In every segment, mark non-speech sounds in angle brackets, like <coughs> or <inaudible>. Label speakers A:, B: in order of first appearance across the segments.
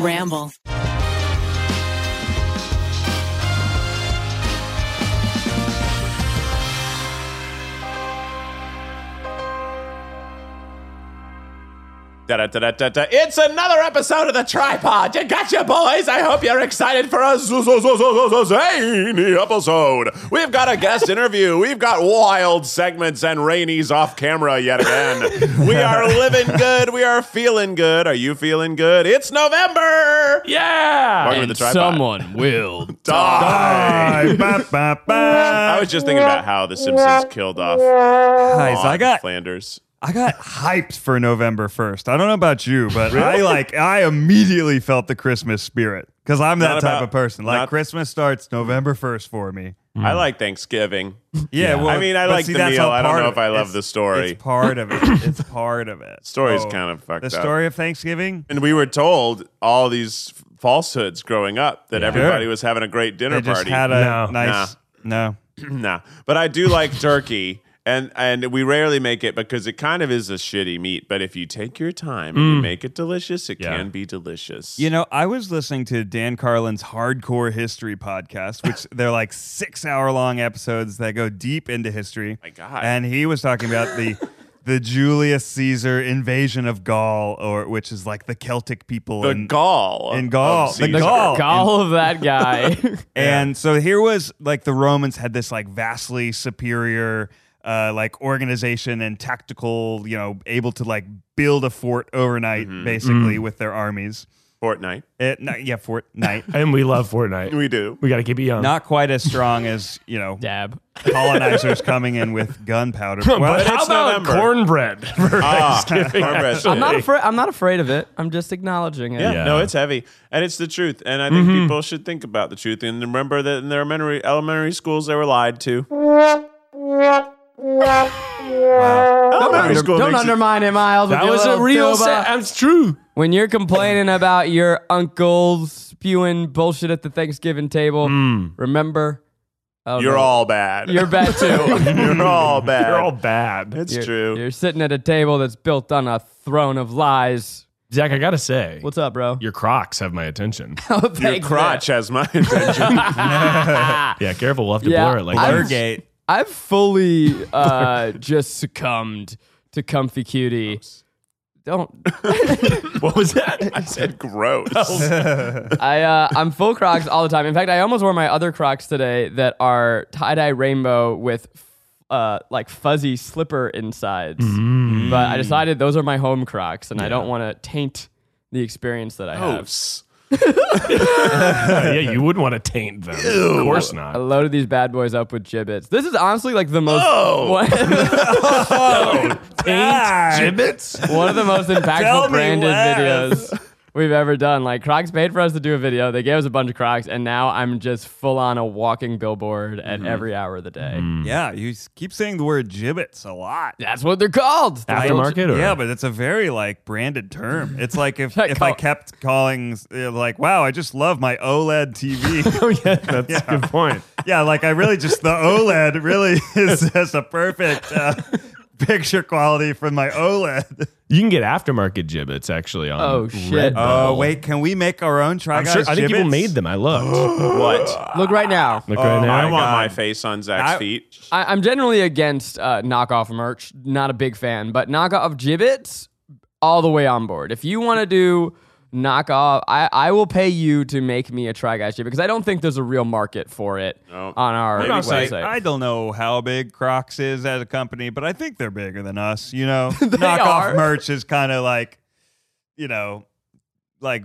A: Ramble.
B: Da-da-da-da-da-da. It's another episode of the tripod. You gotcha, boys. I hope you're excited for a z- z- z- z- z- zany episode. We've got a guest interview. We've got wild segments and Rainey's off camera yet again. we
C: <laughs>
B: are living good. We are feeling good. Are you feeling good? It's November.
D: Yeah.
B: Welcome to the
D: And
B: tripod. <laughs>
D: someone will.
B: Die. I was just thinking about how The Simpsons killed off
C: Guys, I got
B: Flanders.
C: I got hyped for November first. I don't know about you, but I like I immediately felt the Christmas spirit because I'm that
B: Not
C: type
B: about-
C: of person. Like
B: not-
C: Christmas starts November first for me.
B: I like Thanksgiving.
C: Yeah, well,
B: I mean, I
C: but
B: like
C: see,
B: the
C: that's
B: meal.
C: all
B: I don't
C: part
B: know
C: of
B: if I
C: it.
B: love
C: It's-
B: the story.
C: It's part of
B: <laughs>
C: it. It's part of it.
B: Story's
C: So,
B: kind of fucked
C: the
B: up.
C: story of Thanksgiving.
B: And we were told all these falsehoods growing up that everybody was having a great dinner
C: They just
B: party.
C: had a nice.
B: Nah.
C: No,
B: nah, but I do like turkey. And, and we rarely make it because it kind of is a shitty meat. But if you take your time and you make it delicious, it
D: Yeah.
B: can be delicious.
C: You know, I was listening to Dan Carlin's Hardcore History
B: <laughs>
C: podcast, which they're like six hour long episodes that go deep into history.
B: My God.
C: And he was talking
B: <laughs>
C: about the the Julius Caesar invasion of Gaul, or which is like the Celtic people
B: the
C: in
B: Gaul.
C: in Gaul.
B: of
C: The
B: Caesar.
C: Gaul.
D: Call of that guy.
C: And so here was like the Romans had this like vastly superior uh, like organization and tactical, you know, able to like build a fort overnight
B: Mm-hmm.
C: basically with their armies.
B: Fortnite.
C: It, no, yeah, fort
B: <laughs>
C: night.
E: <laughs> And we love Fortnite.
B: We do.
E: We got to keep it young.
C: not quite as strong as you know
D: Dab.
C: colonizers coming in with
E: <laughs>
C: gunpowder.
E: but
C: Well,
E: how
B: it's
E: about
B: November.
E: cornbread for
B: Ah, <laughs>
E: Thanksgiving?
B: cornbread.
E: actually?
B: I'm
D: I'm not <laughs> afraid. I'm not afraid of it. I'm just acknowledging it.
B: Yeah,
E: Yeah.
B: no, it's heavy, and it's the truth. And I think people should think about the truth and remember that in their elementary elementary schools they were lied to.
D: Don't,
B: Elementary
D: under-
B: school
D: don't
B: makes it-
D: undermine it, Miles. with
E: <laughs> That
D: your
E: was a
D: little
E: real.
D: tuba.
E: Sa- that's true.
D: when you're complaining about your uncle spewing bullshit at the Thanksgiving table,
E: Hmm.
D: remember, I don't
B: You're
D: know.
B: all bad. <laughs>
D: You're bad too.
B: You're all bad.
E: They're all bad.
B: It's
D: you're,
B: true.
D: You're sitting at a table that's built on a throne of lies.
E: Zach, I gotta say,
D: What's up, bro?
E: your Crocs have my attention.
D: <laughs> Oh,
B: Your
D: thanks, Ah.
B: crotch has my attention. <laughs>
E: yeah, careful. We'll have to
D: Yeah,
E: blur it like
D: I'm-
E: that.
C: Gate.
D: I've fully uh, just succumbed to comfy cutie. Don't
E: What was that?
B: I said gross. <laughs>
D: I? Uh, I'm full Crocs all the time. In fact, I almost wore my other Crocs today that are tie dye rainbow with uh, like fuzzy slipper insides. But I decided those are my home Crocs, and I don't want to taint the experience that I
B: Oh,
D: have.
B: Gross.
E: <laughs> yeah, you wouldn't want to taint them. Of course
D: I
E: not.
D: loaded these bad boys up with gibbets. This is honestly like the most <laughs>
E: Taint gibbets?
D: One of the
C: <laughs>
D: most
C: Tell
D: impactful
C: me
D: branded
C: less.
D: videos we've ever done. Like Crocs paid for us to do a video. They gave us a bunch of Crocs, and now I'm just full on a walking billboard at every hour of the day.
C: Yeah, you s- keep saying the word gibbets a lot.
D: That's what they're called.
E: Aftermarket? Or?
C: Yeah, but it's a very like branded term. It's like
E: <laughs>
C: if,
D: I
C: if I
D: call-
C: kept calling uh, like, wow, I just love my E OLED TV.
E: <laughs> Oh, yeah, that's a good point.
C: yeah, like I really just the OLED really <laughs> is just a perfect uh, picture quality for my E OLED.
E: You can get aftermarket gibbets actually on.
D: Oh,
E: Red
D: shit.
E: Bull.
C: Uh, wait, can we make our own try
E: I'm sure, I think people made them. I <gasps> looked.
B: What?
D: Look right
E: <laughs>
D: now.
E: Look right now.
B: I want
C: God.
B: my face on Zach's
C: I-
B: feet.
D: I, I'm generally against uh, knockoff merch. Not a big fan, but knockoff gibbets, all the way on board. If you want to do knockoff, I, I will pay you to make me a Try Guys gibbet because I don't think there's a real market for it
B: No.
D: on our
B: Maybe
C: Crocs,
B: Anyway.
D: website.
C: like, I don't know how big Crocs is as a company, but I think they're bigger than us.
D: <laughs>
C: You know, knockoff
D: are.
C: merch is kind of like, you know, like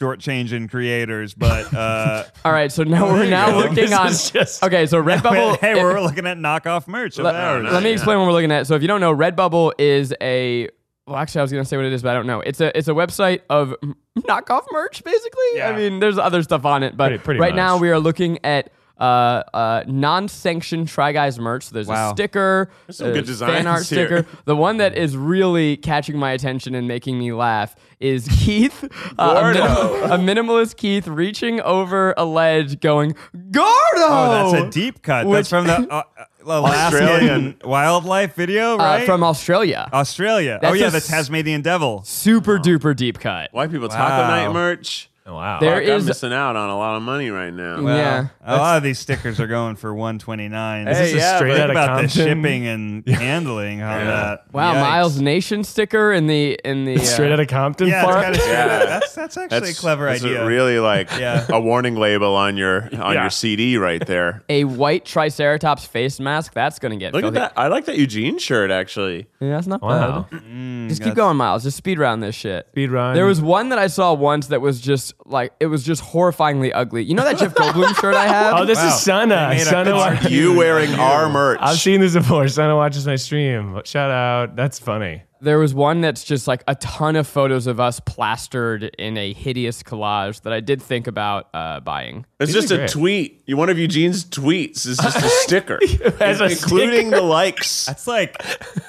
C: shortchanging creators. But uh, <laughs>
D: All right, so now we're now
E: <laughs>
C: go.
D: looking on.
E: It's just
D: Okay, so <laughs> Redbubble.
C: <laughs> hey,
D: <laughs>
C: we're looking at knockoff merch of
D: let,
C: ours.
D: let me explain what we're looking at. So if you don't know, Redbubble is a. Well, actually, I was gonna say what it is, but I don't know. It's a it's a website of knockoff merch, basically. I
E: Yeah.
D: mean, there's other stuff on it, but
E: Pretty- pretty
D: right
E: much.
D: now we are looking at. Uh, uh, non-sanctioned Try Guys merch. So there's
C: Wow.
D: a sticker, there's
B: some good
D: fan
B: designs
D: art
B: here.
D: sticker. The one that is really catching my attention and making me laugh is Keith, uh, a, minim- a minimalist Keith, reaching over a ledge, going Gordo.
C: Oh, that's a deep cut.
D: Which- <laughs>
C: that's from the uh, uh, Alaskan
B: Australian.
C: <laughs> wildlife video, right?
D: uh, from Australia.
C: Australia.
D: That's
C: oh yeah,
D: a
C: the
D: s-
C: Tasmanian devil.
D: Super duper deep cut.
B: White people taco
C: Wow.
B: night merch.
E: Oh, wow.
D: There
B: Fuck, I'm
D: is-
B: missing out on a lot of money right now.
D: Well, Yeah.
C: a lot of these stickers are going for 129.
B: Hey,
C: This is
B: yeah,
E: straight
B: but-
E: out of
C: about the
E: Compton.
C: shipping
E: <laughs>
C: and handling on that.
D: Wow,
C: Yikes.
D: Miles Nation sticker in the in the uh,
E: Straight out of Compton
C: Yeah, it's
E: font.
C: kind of straight
B: Yeah.
C: out. That's that's actually a clever
B: that's
C: idea.
B: Really like
C: Yeah.
B: a warning label on your on
E: Yeah.
B: your CD right there.
D: a white Triceratops face mask. That's gonna get
B: Look at
D: filthy.
B: that. I like that Eugene shirt actually.
D: Yeah, that's not
E: Wow.
D: bad. Just keep going, Miles. Just speed round this shit.
E: Speed round.
D: There was one that I saw once that was just like it was just horrifyingly ugly. You know that Jeff Goldblum shirt I have?
E: Oh, this
C: Wow.
E: is Sana.
C: They made a
E: Sana,
C: good
E: wa-
C: argument.
B: You wearing our merch.
E: <laughs> I've seen this before. Sana watches my stream. Shout out. That's funny.
D: There was one that's just like a ton of photos of us plastered in a hideous collage that I did think about uh, buying.
B: It's
E: These
B: just
E: are
B: a
E: great.
B: tweet. You- One of Eugene's tweets is just a sticker,
E: As a
B: including the likes.
C: That's like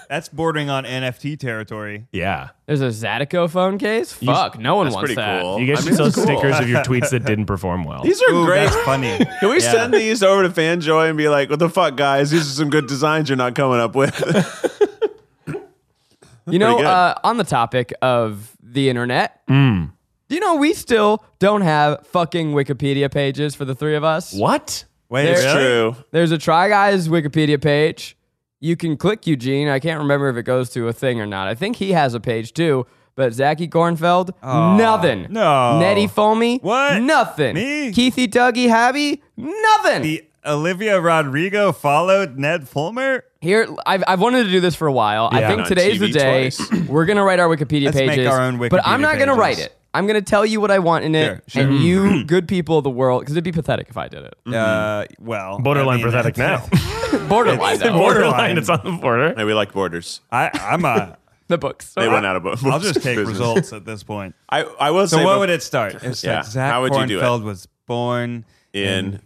C: that's bordering on NFT territory.
E: Yeah.
D: There's a Zatico phone case. Fuck, no one wants
B: pretty
D: that.
B: cool.
E: You guys
B: I
E: should
B: mean,
E: sell
B: it's cool.
E: stickers of your tweets that didn't perform well.
B: These are
C: Ooh,
B: great.
C: that's funny.
B: <laughs> Can we
C: Yeah.
B: send these over to FanJoy and be like, "What the fuck, guys? These are some good designs you're not coming up with." <laughs>
D: You know,
B: good.
D: uh, on the topic of the internet,
C: Mm.
D: do you know we still don't have fucking Wikipedia pages for the three of us?
E: what?
C: Wait,
D: They're-
C: really?
B: True.
D: There's a Try Guys Wikipedia page. You can click Eugene. I can't remember if it goes to a thing or not. I think he has a page too. But Zachy Kornfeld, nothing.
C: no.
D: Nettie Foamy,
C: What?
D: Nothing.
C: Me?
D: Keithy Dougie Habby, nothing.
C: The Olivia Rodrigo followed Ned Fulmer.
D: Here, I've, I've wanted to do this for a while. I
E: Yeah.
D: think
B: On
D: today's the
B: TV
D: day
B: twice.
D: <clears throat> we're gonna write our Wikipedia
C: Let's make
D: pages.
C: our own
D: but
C: Wikipedia
D: I'm not gonna write
C: pages.
D: it. I'm gonna tell you what I want in it,
C: Sure, sure.
D: and
C: <clears throat>
D: you, good people of the world, because it'd be pathetic if
B: <clears throat>
D: I did it.
B: Mm-hmm.
C: Uh, well,
E: Borderline
C: <laughs> I mean,
E: pathetic now.
D: Borderline, though.
E: Borderline. It's on the border.
B: Hey, we like borders.
C: I, I'm a.
B: <laughs>
D: the books.
B: They run out of borders.
C: I'll just take
B: Business.
C: results at
B: <laughs>
C: this point.
B: I, I will
C: So
B: say.
C: what
B: bef-
C: would it start? It's
B: Yeah.
C: like Zach
B: How would you do it?
C: Kornfeld was born
B: in
C: He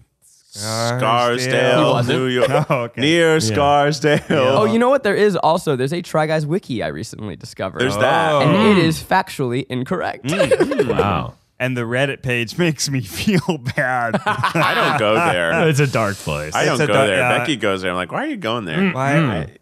B: Scarsdale,
D: wasn't.
B: New York,
C: <laughs> Oh, okay.
B: near Scarsdale.
D: Oh, you know what? There is also there's a Try Guys wiki I recently discovered.
B: There's that. Mm.
D: and it is factually incorrect.
E: Wow.
C: and the Reddit page <laughs> makes me feel
B: <laughs>
C: bad.
B: I don't go
C: <laughs>
B: there.
E: It's a dark place.
B: I
C: Oh. It's
B: don't
C: a
B: go
C: dark-
B: there.
C: yeah. Mm.
B: Becky goes there. I'm like, why are you going there?
C: Why?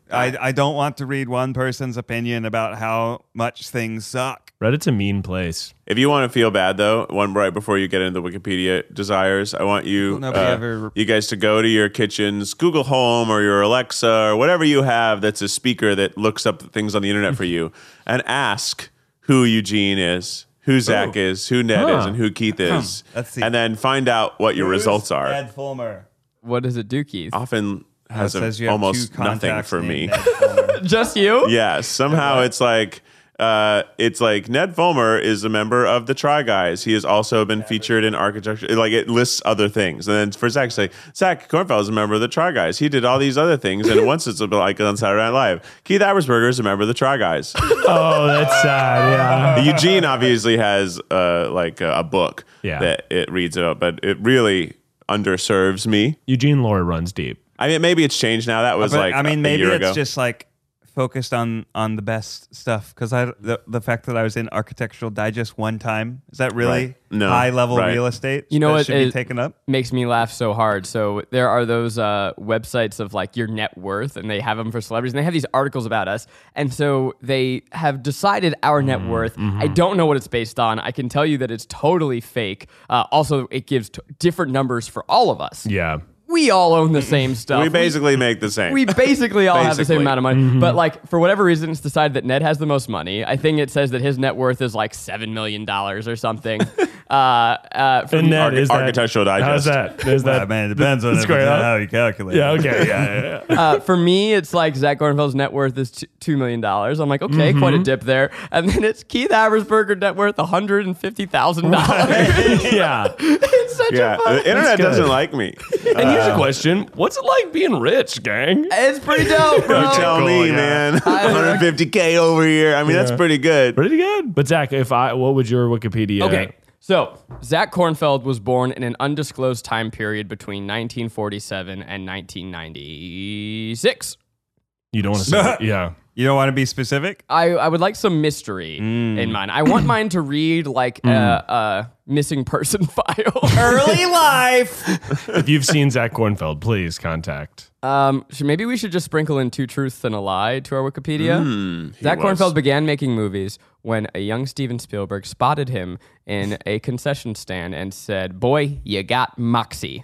C: I, I, I don't want to read one person's opinion about how much things suck.
E: Reddit's a mean place.
B: If you want to feel bad though, one right before you get into the Wikipedia desires, I want you,
C: Nobody
B: uh,
C: ever-
B: you guys to go to your kitchens, Google Home or your Alexa or whatever you have that's a speaker that looks up things on the internet for
C: <laughs>
B: you, and ask who Eugene is, who Zach is, who Ned is,
E: Huh.
B: and who Keith is,
C: Let's see.
B: and then find out what your results are.
C: Ed Fulmer
D: <laughs> what is it, Dookie?
B: Often
C: It
B: has a-
C: says you have
B: almost
C: two
B: nothing
C: contacts
B: for me. <laughs>
C: named Ed Fulmer.
D: Just you?
B: Yeah, somehow it's like uh, it's like Ned Fulmer is a member of the Try Guys. He has also been featured in architecture. Like it lists other things, and then for Zach, it's like Zach Kornfeld is a member of the Try Guys. He did all these other things,
C: <laughs>
B: and once it's like on Saturday Night Live. Keith Abersberger is a member of the Try
C: <laughs>
B: Guys.
E: Oh, that's sad. Yeah.
C: Uh,
B: Eugene obviously has uh, like a, a book
E: Yeah.
B: that it reads about, but it really underserves me.
E: Eugene lore runs deep.
B: I mean, maybe it's changed now. That was
C: But,
B: like
C: I mean, maybe
B: a year
C: it's
B: ago.
C: just like focused on on the best stuff because I the, the fact that I was in Architectural Digest one time is that really
B: Right. No.
C: high level
B: Right.
C: real estate?
D: You know
C: that
D: what
C: should be
D: is-
C: taken up.
D: Makes me laugh so hard. So there are those uh, websites of like your net worth, and they have them for celebrities, and they have these articles about us, and so they have decided our net worth. I don't know what it's based on. I can tell you that it's totally fake. Uh, also, it gives t- different numbers for all of us.
E: Yeah.
D: We all own the same stuff.
B: we basically make the same.
D: we basically all have the same
B: Basically.
D: amount of money. But like for whatever reason, it's decided that Ned has the most money. I think it says that his net worth is like seven million dollars or something. uh, uh, from-
E: And that
B: Arch-
E: is that-
B: Architectural Digest.
E: How's that? There's
C: Well,
E: that.
C: I mean, it depends on
E: It's great,
C: everything,
E: huh?
C: how you calculate.
E: Yeah.
C: it.
E: Okay. <laughs> Yeah. Yeah. yeah.
D: uh, for me, it's like Zach Gordonfield's net worth is t- two million dollars. I'm like, okay, quite a
B: Mm-hmm.
D: dip there. And then it's Keith Abersberger net worth one hundred and fifty thousand dollars.
E: yeah.
D: <laughs> it's such
B: Yeah,
C: <laughs>
D: a fun.
B: the internet
E: good.
B: doesn't like me. You
E: And here's a question: What's it like being rich, gang?
D: It's pretty
B: <laughs>
D: dope, bro.
B: tell
E: Cool,
B: me, <laughs>
E: yeah.
B: man.
D: I-
B: 150k over here. I mean, that's pretty good.
E: Pretty good. But Zach, if I, what would your Wikipedia?
D: Okay. So, Zach Kornfeld was born in an undisclosed time period between 1947 and 1996.
C: <laughs>
E: You don't want to say. it. Yeah.
C: You don't want to be specific?
D: I, I would like some mystery
B: Mm.
D: in mine. I want mine to read like a, a missing person <laughs> file.
C: Early life.
E: If you've seen Zach Kornfeld, please contact.
D: um, so maybe we should just sprinkle in two truths and a lie to our Wikipedia. Zach
B: Hmm, was-
D: Kornfeld began making movies when a young Steven Spielberg spotted him
B: <laughs>
D: in a concession stand and said, "Boy, you got moxie."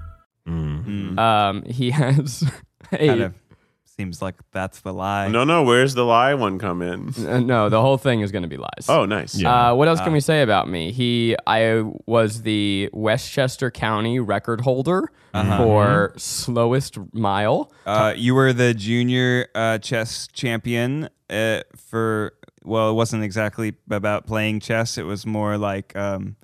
B: Hmm.
D: Um, he has <laughs> a
C: Kind of seems like that's the lie.
B: <laughs> No, no. Where's the lie one come in?
D: uh, no. The whole thing is going to be lies.
B: Oh, Ah. nice.
D: Uh, what else can we say about me? He, I was the Westchester County record holder
B: Uh-huh.
D: for slowest mile.
C: Uh, you were the junior uh, chess champion uh, for. Well, it wasn't exactly about playing chess. It was more like um,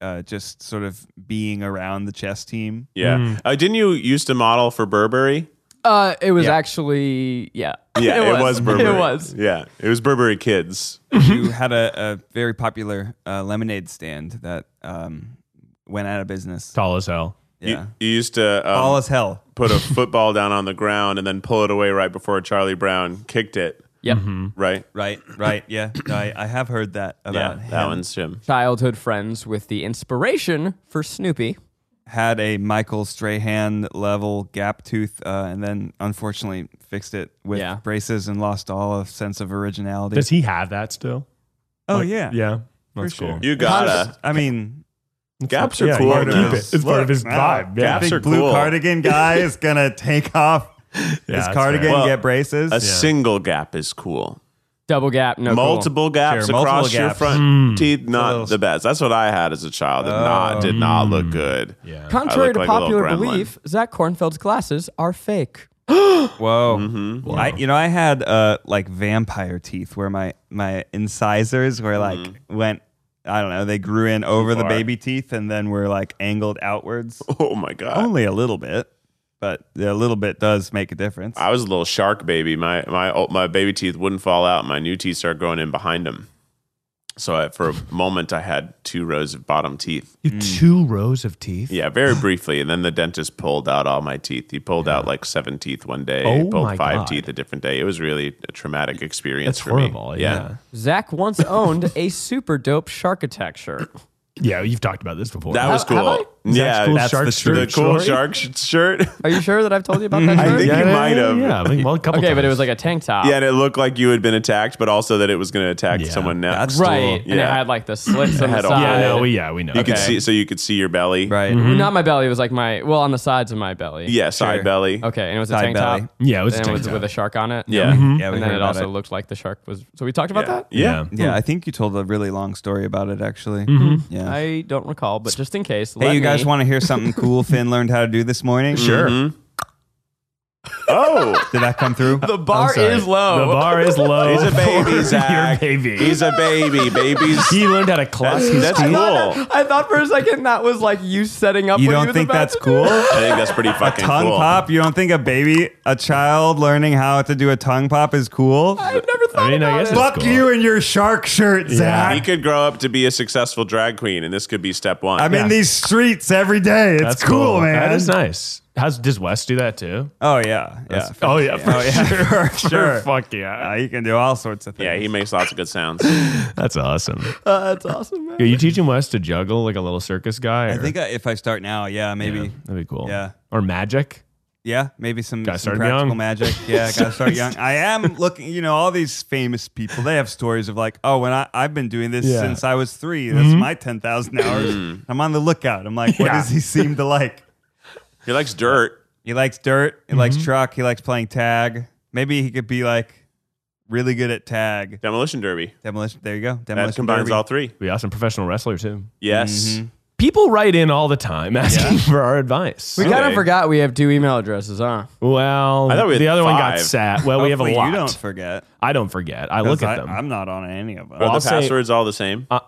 C: uh, just sort of being around the chess <laughs> team.
B: Yeah. Uh, didn't you used to model for Burberry?
D: Uh, it was
C: Yeah.
D: actually, yeah,
B: Yeah, <laughs> <laughs> it, was. Burberry.
D: <laughs> It was.
B: Yeah, it was Burberry Kids.
C: you had a, a very popular uh, lemonade stand that um, went out of business.
E: Tall as hell.
B: You-
C: Yeah,
B: You, used to um,
C: all as hell.
B: put a <laughs> football down on the ground and then pull it away right before Charlie Brown kicked it.
D: Yep.
B: Right.
C: Right, right. Yeah, no, I, I have heard that
B: Yeah,
C: about
B: that
C: him.
B: one's Jim.
D: Childhood friends with the inspiration for Snoopy.
C: Had a Michael Strahan level gap tooth, uh, and then unfortunately fixed it with
D: Yeah.
C: braces and lost all of sense of originality.
E: Does he have that still?
C: oh
E: Like,
C: yeah,
E: Yeah. That's
C: sure.
E: cool.
B: You gotta.
C: I mean,
B: Gaps are
E: Yeah, you
B: cool.
E: gotta
B: man.
E: keep it. It's part of his vibe. Yeah.
B: Gaps
C: big
B: are
C: blue
B: cool. <laughs>
C: cardigan guy is gonna take off his
E: that's
C: cardigan,
E: fair.
C: and
B: Well,
C: get braces.
B: A single gap is cool.
D: Double gap, no cool.
B: multiple gaps
C: Sure, multiple
B: across your
C: gaps.
B: front
E: Hmm.
B: teeth, not
C: little-
B: the best. That's what I had as a child. It not did not look good.
E: Oh. Yeah.
D: Contrary
B: I
D: to
B: look like a little
D: popular
B: gremlin.
D: belief, Zach Kornfeld's glasses are fake.
C: Whoa.
B: Mm-hmm.
C: I, you know, I had uh, like vampire teeth where my, my incisors were like,
B: Mm-hmm.
C: went, I don't know, they grew in over the
E: far.
C: baby teeth and then were like angled outwards.
B: Oh my god.
C: Only a little bit, but a little bit does make a difference.
B: I was a little shark baby. My my old, my baby teeth wouldn't fall out. My new teeth started growing in behind them. So I, for a moment, I had two rows of bottom teeth.
E: You have two rows of teeth.
B: Mm. Yeah,
E: <gasps>
B: very briefly, and then the dentist pulled out all my teeth. He pulled out like seven teeth one day.
E: Oh
B: he pulled
E: my
B: five
E: God.
B: teeth a different day. It was really a traumatic experience
E: That's
B: for
E: horrible.
B: me.
E: Yeah.
D: Zach
B: <laughs>
D: once owned a super dope shark attack shirt.
E: Yeah. You've talked about this before.
B: that was cool.
D: have I?
B: yeah,
E: cool
B: that's
E: shark
B: the,
E: shirt
B: the cool
E: story?
B: shark sh- shirt.
D: Are you sure that I've told
B: <laughs>
D: you about that
B: I
D: shirt?
B: think you
E: yeah,
B: might have.
E: Yeah. I think, well, a couple
D: okay, but it was like
E: times.
D: a tank top.
B: Yeah, and it looked like you had been attacked, but also that it was going to attack
E: Yeah,
B: someone next.
D: Right. And it
B: Yeah.
D: had like the slits on the
B: had all
D: side.
E: Yeah. No. We, yeah. We know.
B: You could
D: Okay.
B: see, so you could see your belly.
C: right.
D: Not my belly. It was like my well on the sides of my belly.
B: Yeah, side
C: Sure.
B: belly.
D: Okay, and it was a
C: Side
D: tank
C: belly.
D: top.
E: Yeah. It was,
D: and it was with a
E: a
D: shark on it.
B: Yeah.
C: Yeah, we
D: and then
C: heard
D: it
C: about
D: also
C: it.
D: looked like the shark was. So we talked about
B: Yeah.
D: that.
B: Yeah.
C: Yeah, I think you told a really long story about it, actually. Yeah.
D: I don't recall, but just in case.
C: hey,
D: let
C: you
D: me-
C: guys want to hear something cool Finn learned how to do this morning? Mm-hmm.
E: Sure.
B: Oh,
C: Did that come through?
D: The bar
E: sorry.
D: is low.
E: The bar is low.
B: he's a
E: for
B: baby, Zach.
E: <laughs> Your baby.
B: He's a baby. Babies.
E: he learned how to class
B: that's
E: his
B: that's
E: teeth.
B: cool.
D: <laughs> I thought for a second that was like you setting up.
C: you
D: what
C: don't
D: was
C: think
D: about
C: that's
D: to do.
C: cool? <laughs>
B: I think that's pretty fucking
C: tongue
B: cool.
C: pop. You don't think a baby, a child learning how to do a tongue pop is cool?
D: I've never thought
E: mean, I
D: about
E: guess
D: it.
E: it's-
C: Fuck
E: cool.
C: you and your shark shirt, Zach.
B: He could grow up to be a successful drag queen, and this could be step one.
C: I'm in these streets every day. It's
E: That's
C: cool, man.
E: That is nice. How's does Wes do that too?
C: oh yeah, yeah.
E: Oh yeah, for sure.
C: For
E: Sure,
C: sure.
E: Fuck
C: Uh,
E: yeah.
C: you can do all sorts of things.
B: yeah, he makes lots of good sounds.
E: <laughs> That's awesome.
D: Uh, that's awesome, man.
E: Are you teaching Wes to juggle like a little circus guy?
C: I
E: or-
C: think I, if I start now, yeah,
E: Yeah,
C: maybe,
E: that'd be cool.
C: Yeah.
E: Or magic.
C: yeah, maybe some,
E: Gotta
C: some
E: start
C: practical
E: young.
C: magic. Yeah, gotta
E: <laughs>
C: start young. I am looking. You know, all these famous people, they have stories of like, oh, when I I've been doing this
E: Yeah. Mm-hmm.
C: since I was three. That's my ten thousand hours.
E: Mm.
C: I'm on the lookout. I'm like, what
E: Yeah.
C: does he seem to like?
B: He likes dirt.
C: He likes dirt. He
E: Mm-hmm.
C: likes truck. He likes playing tag. Maybe he could be like really good at tag.
B: Demolition derby.
C: Demolition. There you go. Demolition.
B: That combines
C: derby.
B: all three.
E: Be awesome professional wrestler too.
B: Yes.
E: people write in all the time asking <laughs> for our advice.
D: We kind
B: Okay.
D: of forgot we have two email addresses,
C: <laughs>
D: huh?
E: well,
B: I thought we had
E: the other one got
B: five.
E: sat. Well, we have a
C: Hopefully
E: lot.
C: You don't forget.
E: I don't forget. I look
C: 'cause
E: at
C: I,
E: them.
C: I'm not on any of them.
B: Are
E: I'll
B: the
E: say-
B: passwords all the same?
E: Uh,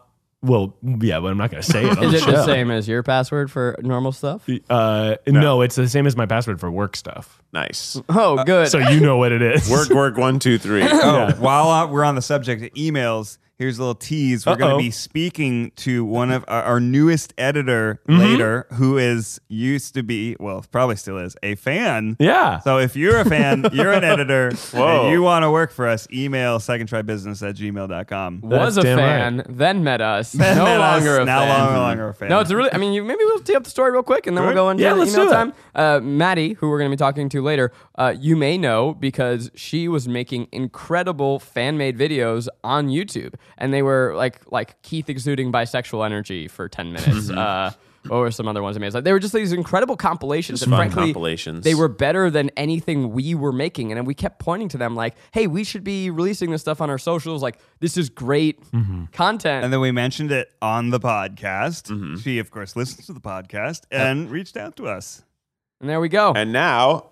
E: well, yeah, but I'm not going to say it. on
D: Is
E: the
D: it the
E: show.
D: same as your password for normal stuff?
E: Uh, no. it's the same as my password for work stuff.
B: Nice.
D: Oh, good.
E: So you know what it is.
B: Work, work, one, two, three.
C: Oh, <laughs> while uh, we're on the subject of emails, here's a little tease. We're going
E: Uh-oh.
C: to be speaking to one of our, our newest editor
D: Mm-hmm.
C: later, who is used to be, well, probably still is, a fan.
E: <laughs> Yeah.
C: So if you're a fan, you're
D: <laughs>
C: an editor,
B: Whoa.
C: and you want to work for us, email secondtrybusiness at <laughs> gmail.com.
D: was a
E: That's damn
D: fan, then met us,
C: Then
D: no
C: met us,
D: longer a
C: now
D: fan.
C: long- no longer a fan.
D: No, it's a really. I mean, you, maybe we'll tee up the story real quick, and then we'll go into
E: Yeah, let's
D: email
E: do it.
D: time. Uh, Maddie, who we're going to be talking to later, uh, you may know because she was making incredible fan-made videos on YouTube, and they were like like Keith exuding bisexual energy for ten minutes. uh, what were some other ones I made? It's Like, they were just these incredible compilations. and
B: fun
D: frankly,
B: compilations.
D: They were better than anything we were making. And then we kept pointing to them like, hey, we should be releasing this stuff on our socials. Like, this is great content.
C: And then we mentioned it on the podcast.
D: Mm-hmm.
C: She, of course, listens to the podcast and reached out to us.
D: And there we go.
B: and now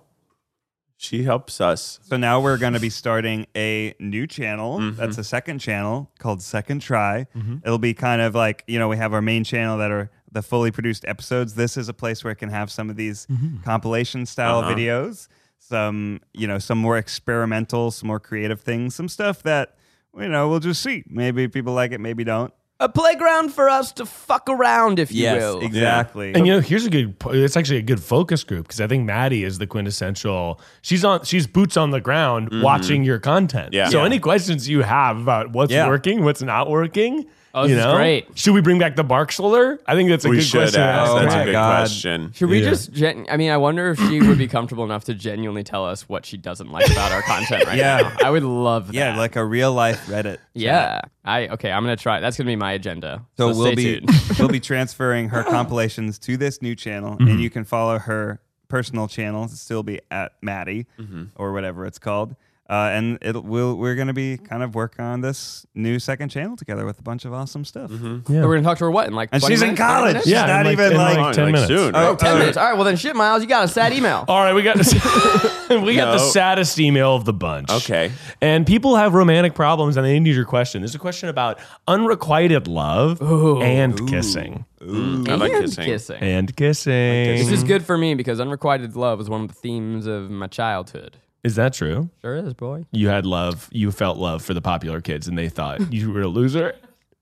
B: she helps us.
C: So now we're going to be starting a new channel.
E: Mm-hmm.
C: That's a second channel called Second Try. It'll be kind of like, you know, we have our main channel that are the fully produced episodes. This is a place where it can have some of these
E: Mm-hmm.
C: compilation style
E: Uh-huh.
C: videos, some, you know, some more experimental, some more creative things, some stuff that, you know, we'll just see. Maybe people like it, maybe don't.
D: a playground for us to fuck around, if you will.
C: exactly.
E: And you know, here's a good. po- It's actually a good focus group because I think Maddie is the quintessential. She's on. She's boots on the ground, watching your content.
B: Mm-hmm. Yeah.
E: So
B: Yeah.
E: any questions you have about what's
C: Yeah.
E: working, what's not working,
D: Oh,
E: you
D: this is
E: know,
D: great.
E: Should we bring back the bark shoulder? I think that's a
B: we
E: good
B: should
E: question.
B: ask.
C: Oh
B: That's
C: my
B: a good
C: God.
B: question.
D: Should we
E: Yeah.
D: just, gen- I mean, I wonder if she would be comfortable enough to genuinely tell us what she doesn't like about our content right
C: Yeah.
D: now. I would love that.
C: yeah, like a real life Reddit.
D: <laughs> yeah. I, okay, I'm going to try. That's going to be my agenda.
C: So, we'll
D: stay
C: be
D: tuned. <laughs>
C: <laughs> we'll be transferring her compilations to this new channel, and you can follow her personal channel. It'll still be at Maddie or whatever it's called. Uh, and it'll, we'll, we're going to be kind of working on this new second channel together with a bunch of awesome stuff.
D: We're going to talk to her what? In like
C: And
D: 20
C: she's in
D: minutes, 30
C: college.
D: minutes?
C: She's
E: Yeah,
C: not
E: in like-
C: even
E: in
C: like,
E: like- 10 minutes.
B: soon.
C: Oh,
B: right?
C: oh,
D: 10 minutes. All right, well, then shit, Miles, you got a sad email.
E: All right, we got
B: <laughs>
E: <laughs> we
B: No.
E: got the saddest email of the bunch.
B: Okay.
E: and people have romantic problems, and they need your question. There's a question about unrequited love and kissing,
B: Mm, I like
D: And
B: kissing.
E: and kissing.
D: This is good for me because unrequited love was one of the themes of my childhood.
E: Is that true?
D: Sure is, boy.
E: you had love, you felt love for the popular kids, and they thought you were a loser.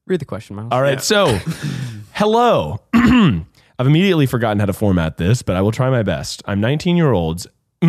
D: Read the question, Miles.
E: All right, so hello. <clears throat> I've immediately forgotten how to format this, but I will try my best. I'm 19 year olds. <clears throat>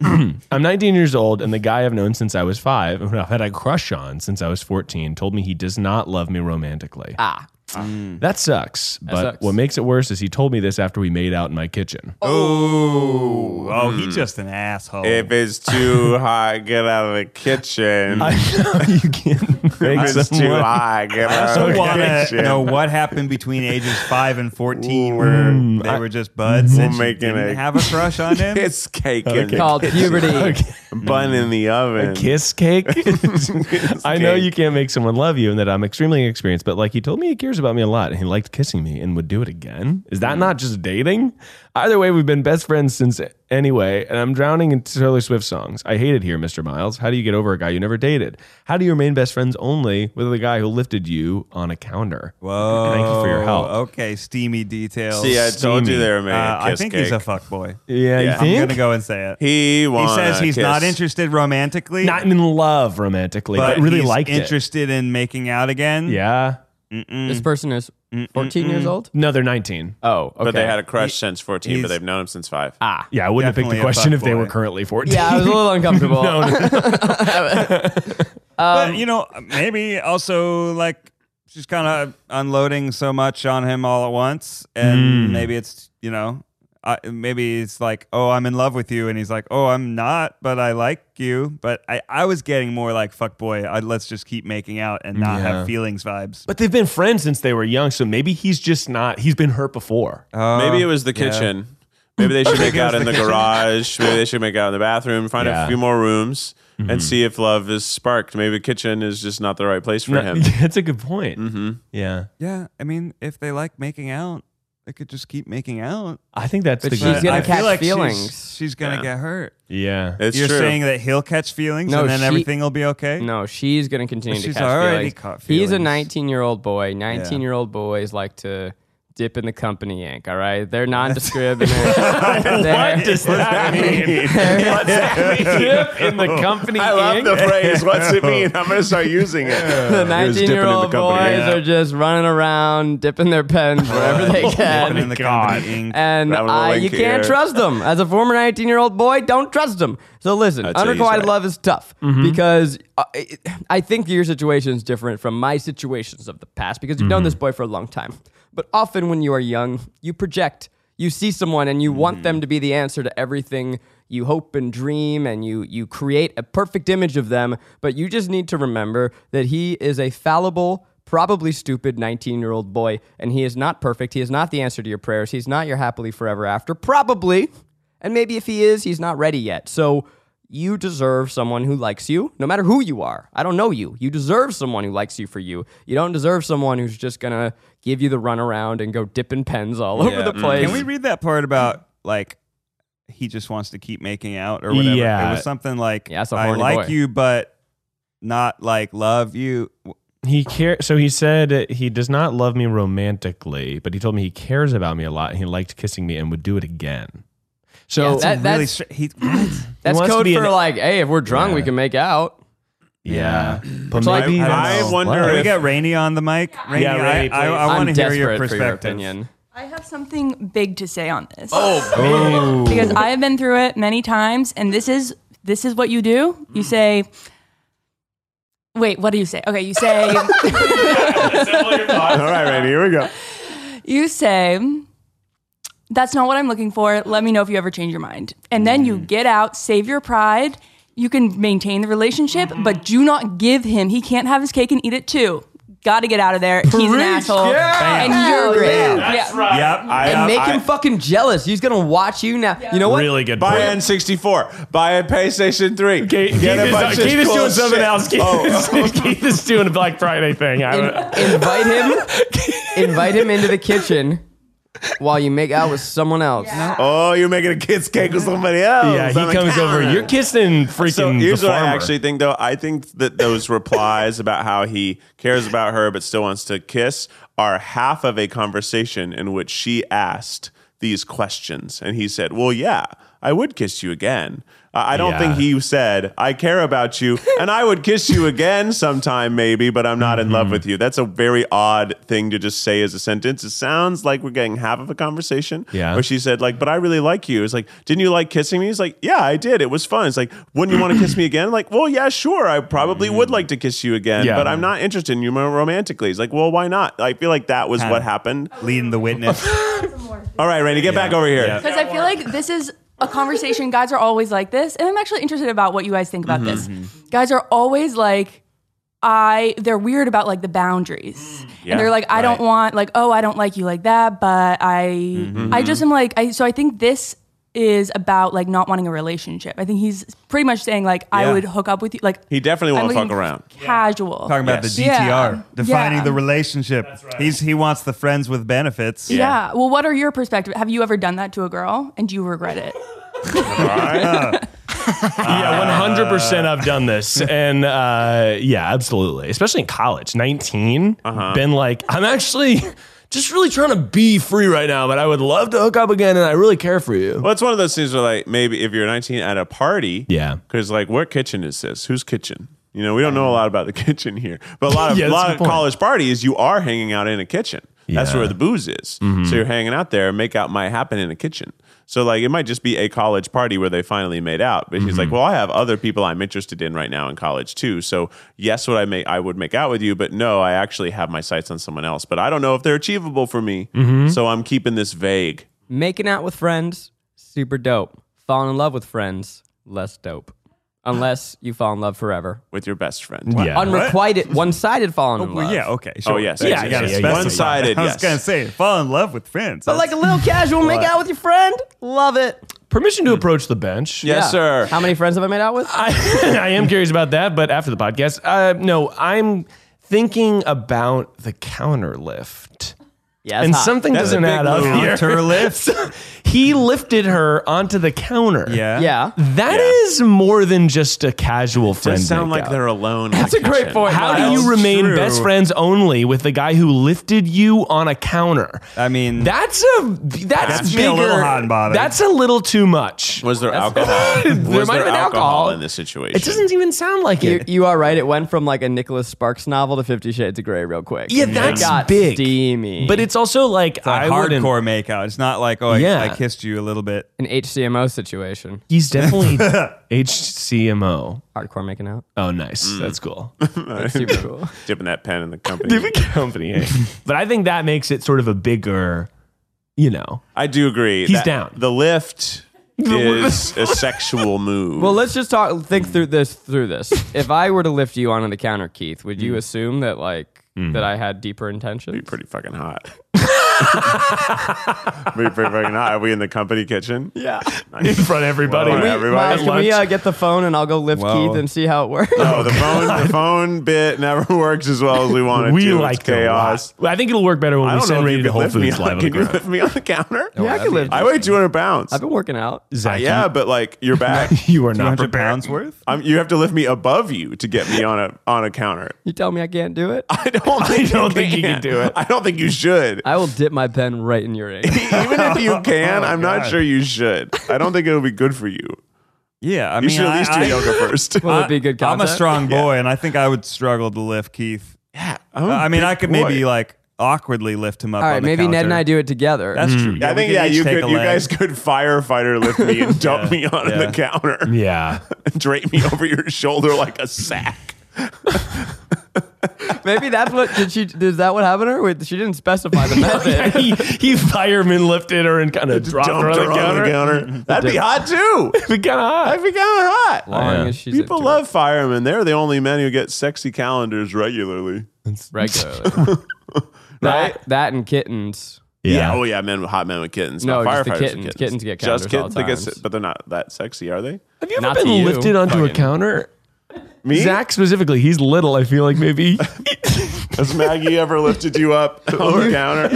E: I'm 19 years old, and the guy I've known since I was five, <laughs> who I've had a crush on since I was 14, told me he does not love me romantically.
D: Ah.
E: That sucks. but
D: sucks.
E: what makes it worse is he told me this after we made out in my kitchen. <laughs>
C: oh, oh, he's just an asshole.
B: If it's
C: <laughs>
B: too hot, get out of the kitchen.
E: you can't make
B: if it's too
E: someone-
B: hot, get
C: I
B: out
C: also
B: of the
C: want to
B: kitchen.
C: know what happened between ages five and fourteen, where they were just buds and she
B: making
C: didn't
B: a-
C: have a crush
B: <laughs>
C: on him.
B: It's cake in the
D: Called puberty.
B: <laughs> bun in the oven.
E: kiss cake.
C: <laughs>
E: <laughs> I know
B: cake.
E: you can't make someone love you and that I'm extremely experienced, but like he told me he cares about me a lot and he liked kissing me and would do it again. Is that not just dating? Either way, we've been best friends since anyway, and I'm drowning in Taylor Swift songs. I hate it here, Mr. Miles. How do you get over a guy you never dated? How do you remain best friends only with a guy who lifted you on a counter?
C: Whoa!
E: Thank you for your help.
C: Okay, steamy details.
B: See, I told you
E: Steamy.
B: there, man.
C: Uh, I
B: kiss
C: think
B: cake.
C: he's a fuckboy.
E: Yeah,
B: Yeah.
E: you
B: I'm
C: I'm
E: think?
C: gonna go and say it.
B: He,
C: He
B: wanna
C: says he's
B: kiss.
C: not interested romantically,
E: Not in love romantically, but,
C: but
E: really
C: he's
E: liked it.
C: interested in making out again.
E: Yeah.
C: Um,
D: This person is
C: mm,
D: 14 years old?
E: No, they're 19.
D: Oh, okay.
B: But they had a crush since 14, but
C: he's-
B: they've known him since 5.
D: ah.
E: Yeah, I wouldn't have picked the
C: Definitely a
E: question if they
C: fuckboy.
E: were currently 14.
D: Yeah, I
E: <laughs>
D: was a little uncomfortable.
E: No, no.
B: Um,
C: But you know, maybe also like she's kind of unloading so much on him all at once,
B: Hmm.
C: and maybe it's you know, I, maybe it's like, oh, I'm in love with you, and he's like, oh, I'm not, but I like you. But I, I was getting more like fuckboy. I, let's just keep making out and not
E: Yeah.
C: have feelings vibes.
E: But they've been friends since they were young, so maybe he's just not. He's been hurt before.
B: Maybe it
C: Um,
B: was the kitchen. Maybe <laughs> they should make out in the garage. Maybe they should make out in the bathroom. Find
E: Yeah.
B: a few more rooms and see if love is sparked. Maybe the kitchen is just <laughs>
E: <laughs>
B: not the right place for him. Mm-hmm.
E: That's a good point. Yeah.
C: Yeah, I mean, if they like making out, They could just keep making out.
E: I think that's
D: But
E: the
D: she's
E: good.
D: gonna
C: I
E: I-
D: catch
C: feel like
D: feelings.
C: She's, she's gonna
B: Yeah.
C: get hurt.
E: yeah. <laughs>
B: It's
C: You're
B: true.
C: saying that he'll catch feelings
D: No,
C: and then
D: she-
C: everything will be okay.
D: <laughs> No, she's going to continue
C: She's
D: to catch
C: already
D: feelings.
C: caught
D: He's a
C: feelings.
D: 19 year old boy. 19 year old boys like to dip in the company ink. All right, they're nondescript. and they're, <laughs> they're-
E: that <laughs> mean?
B: What's that
E: <laughs>
B: mean?
E: Dip in the company.
B: I love
E: ink?
B: the <laughs> phrase. What's it mean? I'm gonna start using it.
D: the 19 year old boys are just running around dipping their pens wherever they
C: And
D: can.
C: in the company ink.
D: And
B: Grabbing a
D: uh,
B: link
D: you can't
B: here.
D: trust them. As a former 19 year old boy, don't trust them. So listen,
B: I'd say he's
D: unrequited
B: right.
D: love is tough because uh, it- I think your situation is different from my situations of the past because you've known this boy for a long time. But often when you are young, you project, you see someone and you want them to be the answer to everything you hope and dream and you you create a perfect image of them, but you just need to remember that he is a fallible probably stupid 19 year old boy, and he is not perfect. He is not the answer to your prayers. He's not your happily forever after. Probably. And maybe if he is, he's not ready yet. So you deserve someone who likes you, no matter who you are. I don't know you. You deserve someone who likes you for you. You don't deserve someone who's just going to give you the runaround and go dipping pens all over
E: mm.
D: the place.
C: Can we read that part about like he just wants to keep making out or whatever?
E: Yeah.
C: It was something like
D: Yeah, that's a
C: I
D: horny
C: like
D: boy.
C: you but not like love you.
E: He care. So he said he does not love me romantically, but he told me he cares about me a lot. And he liked kissing me and would do it again.
D: Yeah,
E: So
D: that-
C: really
D: that's-
C: str- he
D: <clears throat>
C: what?
D: That's
E: wants to
D: code
E: be
D: for
E: an-
D: like, hey, if we're drunk, we can make out.
E: yeah, but
D: like-
E: maybe
C: I don't
E: that's-
C: know.
B: I wonder
C: Can we
B: if-
C: get Rainy on the mic? Rainy,
E: Yeah, Rainey,
C: I, I,
E: please.
C: I want
D: I'm
C: to hear your
D: desperate for
C: perspective. <laughs>
D: opinion.
F: I have something big to say on this. Oh, because I have been through it many times, and this is this is what you do. You say, "Wait, what do you say?" Okay, you say,
B: All right, Randy, here we go.
F: you say, "That's not what I'm looking for. Let me know if you ever change your mind." And then you get out, save your pride. You can maintain the relationship, but do not give him. He can't have his cake and eat it too. Got to get out of there. He's an asshole, and you're great. Yeah.
C: Yep. I,
D: And
C: I-
D: make
C: I-
D: him fucking jealous. He's going to watch you now. You know what?
E: really good.
B: <laughs> Buy
E: point.
B: an N64. Buy a PlayStation 3. Get a bunch of cool shit. <laughs> Oh.
E: Keith, <laughs> Keith is doing a Black Friday thing. I don't know.
D: invite him invite him into the kitchen while you make out with someone else
B: Oh, you're making a kid's cake with somebody else.
E: Yeah,
B: I'm
E: he
B: like,
E: comes over.
B: "Ah."
E: You're kissing freaking.
B: So here's
E: the
B: what I
E: farmer.
B: actually think, though. I think that those replies <laughs> about how he cares about her but still wants to kiss are half of a conversation in which she asked these questions, and he said, "Well, yeah, I would kiss you again." Uh, I I don't
E: Yeah.
B: think he said, "I care about you and I would kiss you again sometime, maybe, but I'm not in
E: Mm-hmm.
B: love with you." That's a very odd thing to just say as a sentence. It sounds like we're getting half of a conversation,
E: Yeah.
B: where she she said like, "But I really like you." It's like, "Didn't you like kissing me?" He's like, "Yeah, I did. It was fun." It's like, "Wouldn't you want to kiss me again?" I'm like, "Well, yeah, sure. I probably would like to kiss you again,
E: Yeah.
B: but I'm not interested in you romantically." He's like, "Well, why not?" I feel like that was what happened.
C: leading the witness.
B: All right, Randy, get back over here.
F: Because I feel like this is a conversation. Guys are always like this, and I'm actually interested about what you guys think about this.
B: Mm-hmm.
F: Guys are always like, I. They're weird about like the boundaries,
B: Yeah,
F: and they're like, I don't
B: right.
F: want like, oh, I don't like you like that, but I,
B: Mm-hmm.
F: I just am like, I. So I think this is about like not wanting a relationship. I think he's pretty much saying like, I
C: Yeah.
F: would hook up with you, like
B: He definitely
F: I'm
B: won't fuck
F: looking
B: around.
F: casual.
C: <laughs> Talking about
B: Yes.
C: the DTR,
F: Yeah.
C: defining
F: Yeah.
C: the relationship. He's he wants the friends with benefits.
F: yeah. Well, what are your perspective? Have you ever done that to a girl, and do you regret it?
D: <laughs>
E: Yeah, one hundred percent. I've
B: <laughs>
E: done this, and uh, yeah, absolutely. Especially in college, 19
B: Uh-huh.
E: Been like, I'm actually <laughs> just really trying to be free right now, but I would love to hook up again, and I really care for you.
B: Well, it's one of those things where like maybe if you're 19 at a party,
E: Yeah.
B: because like what kitchen is this? Whose kitchen? You know, we don't know a lot about the <laughs> kitchen here, but a lot of
E: <laughs> Yeah,
B: a
E: that's a
B: lot
E: good
B: of
E: point.
B: college parties, you are hanging out in a kitchen. That's
E: Yeah. Mm-hmm.
B: where the booze is. So you're hanging out there. Make out might happen in a kitchen. So like it might just be a college party where they finally made out. But he's
E: Mm-hmm.
B: like, well, I have other people I'm interested in right now in college too. So yes, would I make I would make out with you, but no, I actually have my sights on someone else. But I don't know if they're achievable for me.
E: Mm-hmm.
B: So I'm keeping this vague.
D: making out with friends super dope falling in love with friends less dope unless you fall in love forever
B: With your best friend.
E: Yeah.
D: unrequited one-sided falling in love
C: Well, yeah. Okay. Sure.
B: Oh yes,
E: Yeah,
B: yes,
E: yeah,
B: yes,
E: yeah,
B: yes.
E: yeah.
B: one-sided.
C: I was
B: yes.
C: gonna say fall in love with friends.
D: but like a little casual make out with your friend love it
E: Permission
B: hmm.
E: to approach the bench.
B: yes,
D: Yeah.
B: sir.
D: how many friends have i made out with
E: <laughs> I, <laughs> I am curious about that, but after the podcast, uh, no, I'm thinking about the counter lift.
D: Yeah, it's
E: and
D: hot.
E: something
B: That's a
E: doesn't
B: big
E: add up
B: move.
E: here.
C: Lift her lift.
E: he lifted her onto the counter.
C: <laughs> Yeah.
D: Yeah.
E: That is more than just a casual friend.
B: Does sound like
E: makeout.
B: they're alone.
D: That's a great point.
E: How do
D: Miles.
E: you remain
C: true.
E: best friends only with the guy who lifted you on a counter?
C: I mean,
E: That's a that's,
C: That's me
E: bigger.
C: a little hot and bothered.
E: That's a little too
B: <laughs>
E: much.
B: Was there alcohol?
E: <laughs> There
B: was
E: might
B: there
E: have been
B: alcohol,
E: alcohol.
B: in this situation?
E: It
B: <laughs>
E: doesn't even sound like
D: You,
E: it.
D: you are right. It went from like a Nicholas Sparks novel to Fifty Shades of Grey real quick.
E: Yeah,
D: It
E: that's
D: got
E: big.
D: steamy.
E: But it's also like
C: like
E: I wouldn't.
C: hardcore makeout. It's not like oh, I,
E: Yeah.
C: I kissed you a little bit.
D: an HCMO situation.
E: He's definitely
C: <laughs>
E: HCMO.
D: Hardcore making out.
E: Oh, nice.
C: Mm.
E: That's cool.
D: That's super cool.
B: dipping that pen in the company. <laughs>
E: Different company. eh? but I think that makes it sort of a bigger, you know. <laughs>
B: I do agree.
E: He's
B: that
E: down.
B: The
E: <laughs>
B: lift is a sexual move.
D: Well, let's just talk. Think through this. Through this. <laughs> if I were to lift you onto the counter, Keith, would
C: Mm.
D: you assume that like
C: Mm-hmm.
D: that I had deeper intentions?
B: be pretty fucking hot. <laughs> be pretty fucking hot. Are we in the company kitchen? <laughs>
D: Yeah.
E: In front of everybody.
B: Well,
E: We-
B: everybody-
D: Miles, can we
E: lunch.
D: uh, get the phone and I'll go lift
C: Whoa.
D: Keith and see how it works?
B: No,
E: <laughs>
B: the phone the phone bit never <laughs> works as well as we wanted
E: we
B: to. It's
E: like
B: chaos.
E: chaos. I think it'll work better when
B: I
E: we
B: don't
E: send
B: know if
E: Randy
B: you
E: to
B: could
E: Whole
B: lift me
E: Foods
B: on,
E: live on the
B: Can you
E: ground.
B: lift me on the counter?
D: yeah, I can lift.
B: I weigh 200 pounds.
D: <laughs> I've been working out.
E: Zach,
B: <laughs> yeah, but like you're back.
E: you, <laughs> you are
C: 200
E: not prepared.
C: pounds worth?
B: I'm, you have to lift me above you to get me on a on a counter.
D: You tell me I can't do
C: <laughs>
D: it.
B: I don't. Think
E: don't think you can do it.
B: I don't think you should.
D: I will dip my pen right in
C: <laughs>
D: your anus.
B: <laughs> Even if you can,
C: Oh,
B: I'm not
C: God.
B: sure you should. I don't think it'll be good for you.
C: Yeah, I
B: You
C: mean,
B: should at least
C: I,
B: do yoga first. <laughs>
D: Will it be good
C: I, am
D: content?
C: a strong boy, and I think I would struggle to lift Keith.
B: yeah,
C: I
B: Oh,
C: mean, I could maybe
B: like.
C: like awkwardly lift him up.
D: All right,
C: on the
D: maybe Ned and
C: counter.
D: I do it together.
C: That's true.
B: I
C: we
B: think
C: could
B: yeah,
C: each
B: you
C: take
B: could
C: a
B: you
C: leg.
B: guys could firefighter lift me and dump me onto
C: yeah.
B: the counter, <laughs>
E: Yeah.
B: drape me over your shoulder like a sack.
D: <laughs> Maybe that's what did she? Is that what happened to her? Wait, She didn't specify
C: <laughs>
D: the
E: yeah.
D: method.
E: He, he fireman lifted her and kind of dropped
B: Dumped
E: her on the counter.
B: counter. That'd be hot too.
E: It'd be kinda
B: That'd
E: hot.
B: be kind of hot.
D: Long
E: Yeah.
D: as she's
B: People
D: into
B: love firemen. They're the only men who get sexy calendars regularly.
D: it regularly.
B: <laughs> Right?
D: That, that and kittens.
B: Oh yeah, men with hot men with kittens.
D: No,
B: not
D: just the
B: firefighters with
D: kittens. Kittens get
B: just
D: calendars all
B: kittens.
D: the
B: They get,
D: times.
B: se- but they're not that sexy, are they?
E: Have you ever
D: Not to
E: been
D: you.
E: lifted onto a
D: Fucking-
E: counter?
B: Me?
E: Zach specifically, he's little. I feel
B: <laughs>
E: like maybe
B: Has Maggie ever lifted you up <laughs> on the counter?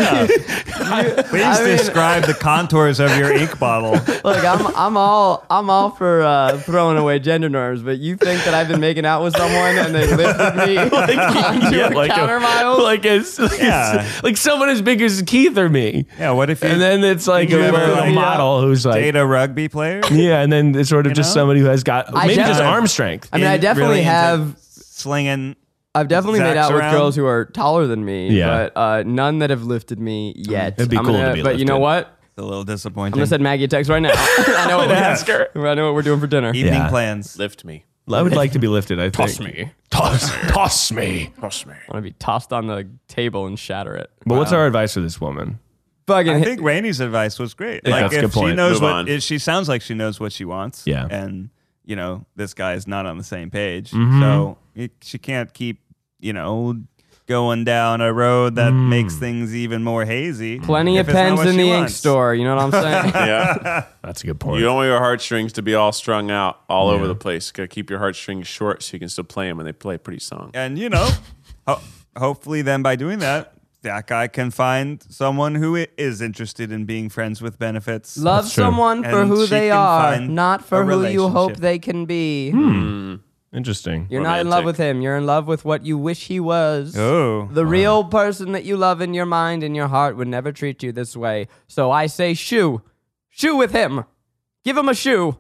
C: Please describe the contours of your ink bottle.
D: Look, I'm I'm all I'm all for uh, throwing away gender norms, but you think that I've been making out with someone and they lifted
C: <laughs>
D: me <laughs> onto
E: Yeah,
D: a counter, Miles?
E: like a, <laughs> like, a-
C: Yeah.
E: like someone as big as Keith or me.
C: Yeah, what if you
E: And then it's like a,
C: You ever,
E: little
C: like,
E: model who's like,
C: date a rugby player?
E: yeah, and then it's sort of
C: You
E: just
C: know?
E: somebody who has got
D: I
E: maybe just
D: definitely-
E: arm strength.
D: I mean, I
C: Really
D: definitely
C: into
D: have.
C: slinging.
D: I've definitely made
C: Zach's
D: out
C: around?
D: with girls who are taller than me,
E: Yeah.
D: but uh, none that have lifted me yet.
E: It'd be
D: I'm
E: cool to
D: gonna-
E: be
D: But you know
E: lifted.
D: what?
C: It's a little
D: I'm
C: disappointing.
D: gonna send Maggie a text right now. <laughs> I know what we're
C: Ask her.
D: I know what we're doing for dinner.
C: Evening
E: Yeah.
C: plans.
B: Lift me.
E: I would like to be lifted. I think.
D: Toss me.
E: Toss, toss me.
B: Trust me.
D: I want to be tossed on the table and shatter it.
E: But what's our advice for this woman?
D: Fucking
C: I
D: hit-
C: think Rainey's advice was great.
E: Yeah,
C: like
E: that's a
C: if
E: good
C: she
E: point.
C: knows
B: Move
C: what
B: on.
C: if she sounds like she knows what she wants.
E: Yeah.
C: And you know, this guy is not on the same page.
D: Mm-hmm.
C: So it, she can't keep, you know, going down a road that makes things even more hazy.
D: Mm. plenty
C: if
D: of
C: it's not
D: pens
C: what
D: in
C: she
D: the ink
C: wants.
D: store. You know what I'm saying?
C: <laughs>
B: <laughs> Yeah.
E: That's a good point.
B: You don't want your heartstrings to be all strung out all over the place. Gotta keep your heartstrings short so you can still play them when they play a pretty song.
C: And you know, ho- hopefully then by doing that, that guy can find someone who i- is interested in being friends with benefits.
D: Love
E: true.
D: someone for
C: And
D: who
C: she
D: they
C: can
D: are,
C: find
D: not
C: a
D: for who you hope
C: relationship.
D: they can be.
E: Interesting.
D: You're not in love
B: Romantic. uh-huh.
D: with him. You're in love with what you wish he was.
C: Oh.
D: The real person that you love in your mind and your heart would never treat you this way. So I say, shoe. Shoe with him. Give him a shoe.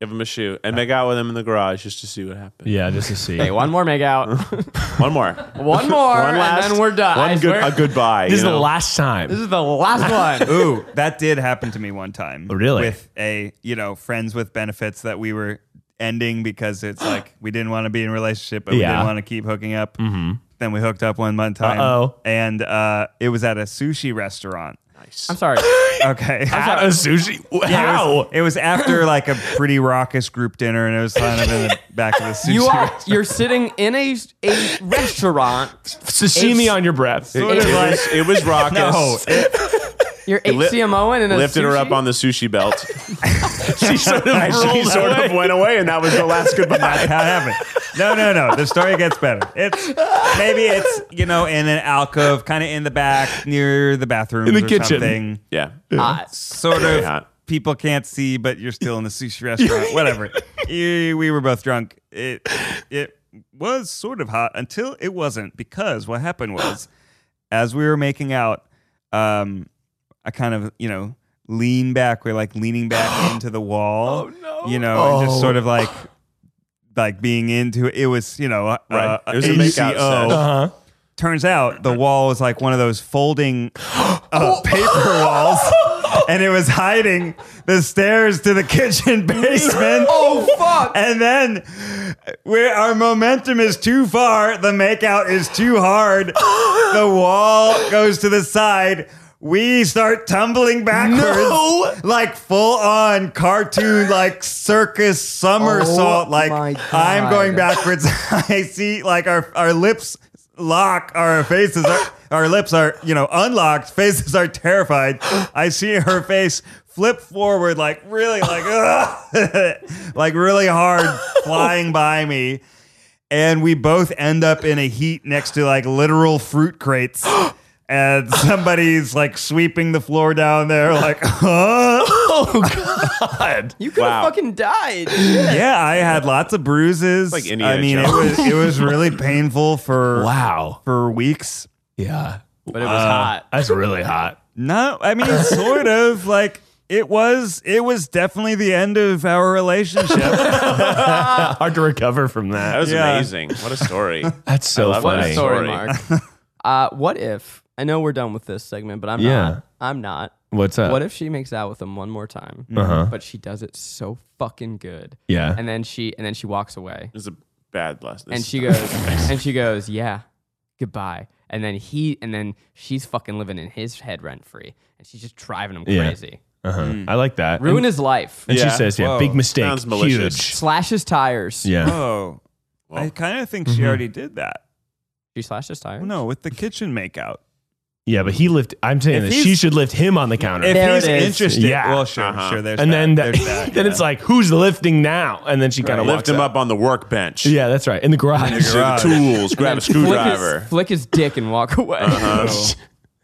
B: Give him a shoe and make out with him in the garage just to see what happens.
E: Yeah, just to see.
D: Hey, one more
B: <laughs>
D: make out.
B: One more.
D: one more. and then we're done. I
B: One good, a
D: swear,
B: goodbye.
E: this is
B: you
E: the
B: know?
E: last time.
D: this is
B: <laughs>
D: the last one.
C: Ooh, that did happen to me one time.
E: Oh, Really?
C: With a, you know, friends with benefits that we were ending because
E: <gasps>
C: it's like we didn't want to be in a relationship, but we
E: Yeah.
C: didn't want to keep hooking up. Mm-hmm. Then we hooked up one month time.
E: Uh-oh.
C: And uh, it was at a sushi
E: <laughs>
C: restaurant.
D: I'm sorry.
C: Okay. <laughs>
E: At a sushi.
C: Yeah, it
E: How?
C: was, it was after like a pretty raucous group dinner, and it was kind of in the back of the sushi.
D: You are
C: restaurant.
D: you're sitting in a, a restaurant.
E: Sashimi
D: It's-
E: on your breath.
B: It, it was, it
D: <laughs>
B: was raucous.
C: <laughs>
D: You're
C: No,
B: Li-
D: HCMOing in a
B: Lifted her
D: sushi?
B: up on the sushi belt.
E: <laughs> she
B: <laughs>
E: sort of,
C: And she
E: rolled
B: sort
E: away.
B: of went away, and that was the last
C: <laughs>
B: goodbye.
C: How it happened? No, no, no. The story gets better. It's maybe it's you know in an alcove, kind of in the back, near the bathroom,
E: In the
C: or
E: kitchen.
C: Something.
B: yeah.
C: Sort
B: Very
C: of.
B: hot.
C: People can't see, but you're still in
B: <laughs>
C: the sushi restaurant. Whatever. Eh, we were both drunk. It it was sort of hot until it wasn't because what happened was, as we were making out, um, I kind of you know lean back. We're like
B: <gasps>
C: leaning back into the wall.
D: Oh, no.
C: You know, and just sort of like like being into it. It was, you know, uh,
B: Right.
C: uh,
B: It was a makeout
C: HCO.
B: session.
E: Uh-huh.
C: Turns out the wall was like one of
B: <gasps>
C: those folding <gasps>
D: Oh.
C: uh, paper
D: <laughs>
C: walls, and it was hiding the stairs to the kitchen basement.
D: Oh fuck!
C: And then where our momentum is too far, the makeout is
D: <laughs>
C: too hard, the wall goes to the side. We start tumbling backwards like full on cartoon, like circus somersault.
D: Oh
C: like
D: my
C: I'm
D: God.
C: going backwards. <laughs> I see like our, our lips lock, our faces are. Our lips are, you know, unlocked. Faces are terrified. I see her face flip forward, like really, like, like <laughs> really hard, flying by me and we both end up in a heat next to like literal
D: <gasps>
C: fruit crates. And somebody's like sweeping the floor down there, like, <laughs> huh?
D: You could have
B: Wow. <laughs>
D: fucking died. Shit.
C: yeah, I had lots of bruises.
B: Like Indiana
C: I mean, it
B: Jones.
C: was it was really painful for
E: Wow.
C: for weeks.
E: Yeah.
D: But it was
B: Uh,
D: hot.
E: That's really hot.
C: No, I mean, sort of like it was it was definitely the end of our relationship.
E: Hard to recover from
B: That
E: that.
B: was
C: Yeah.
B: amazing. What a story.
E: That's so
B: love
D: What
B: Funny.
D: a
B: Sorry.
D: story, Mark.
E: <laughs>
D: uh, what if? I know we're done with this segment, but I'm
E: Yeah.
D: not. I'm not.
E: What's up?
D: What if she makes out with him one more time,
E: Uh-huh.
D: but she does it so fucking good,
E: Yeah.
D: and then she and then she walks away,
B: It was a bad lesson.
D: and
B: <laughs>
D: she goes, and she goes, yeah, goodbye, and then he, and then she's fucking living in his head rent free, and she's just driving him
E: Yeah.
D: crazy,
E: Uh-huh. I like that.
D: ruin his life,
E: and
B: Yeah.
E: she says, yeah,
C: Whoa.
E: big mistake.
B: Sounds malicious.
E: Huge.
D: slash his tires.
E: Yeah.
C: oh, I kind of
E: Mm-hmm.
C: think she already did that.
D: she slashed his tires.
C: No, with the kitchen makeout.
E: Yeah, but he lift I'm saying
C: If
E: that she
C: he's-
E: should lift him on the counter.
C: If
D: There
C: he's
D: it is.
C: interested,
E: Yeah.
C: well, sure,
B: Uh-huh.
C: sure. There's
E: and
C: that.
E: then that, <laughs>
C: There's that,
E: then
C: yeah.
E: it's like, who's lifting now? And then she kind of
B: lift him up on the workbench.
E: Yeah, that's right. In the garage.
B: See the tools. Grab a
D: Flick
B: screwdriver.
D: his, flick his dick and walk <laughs> away.
E: <laughs>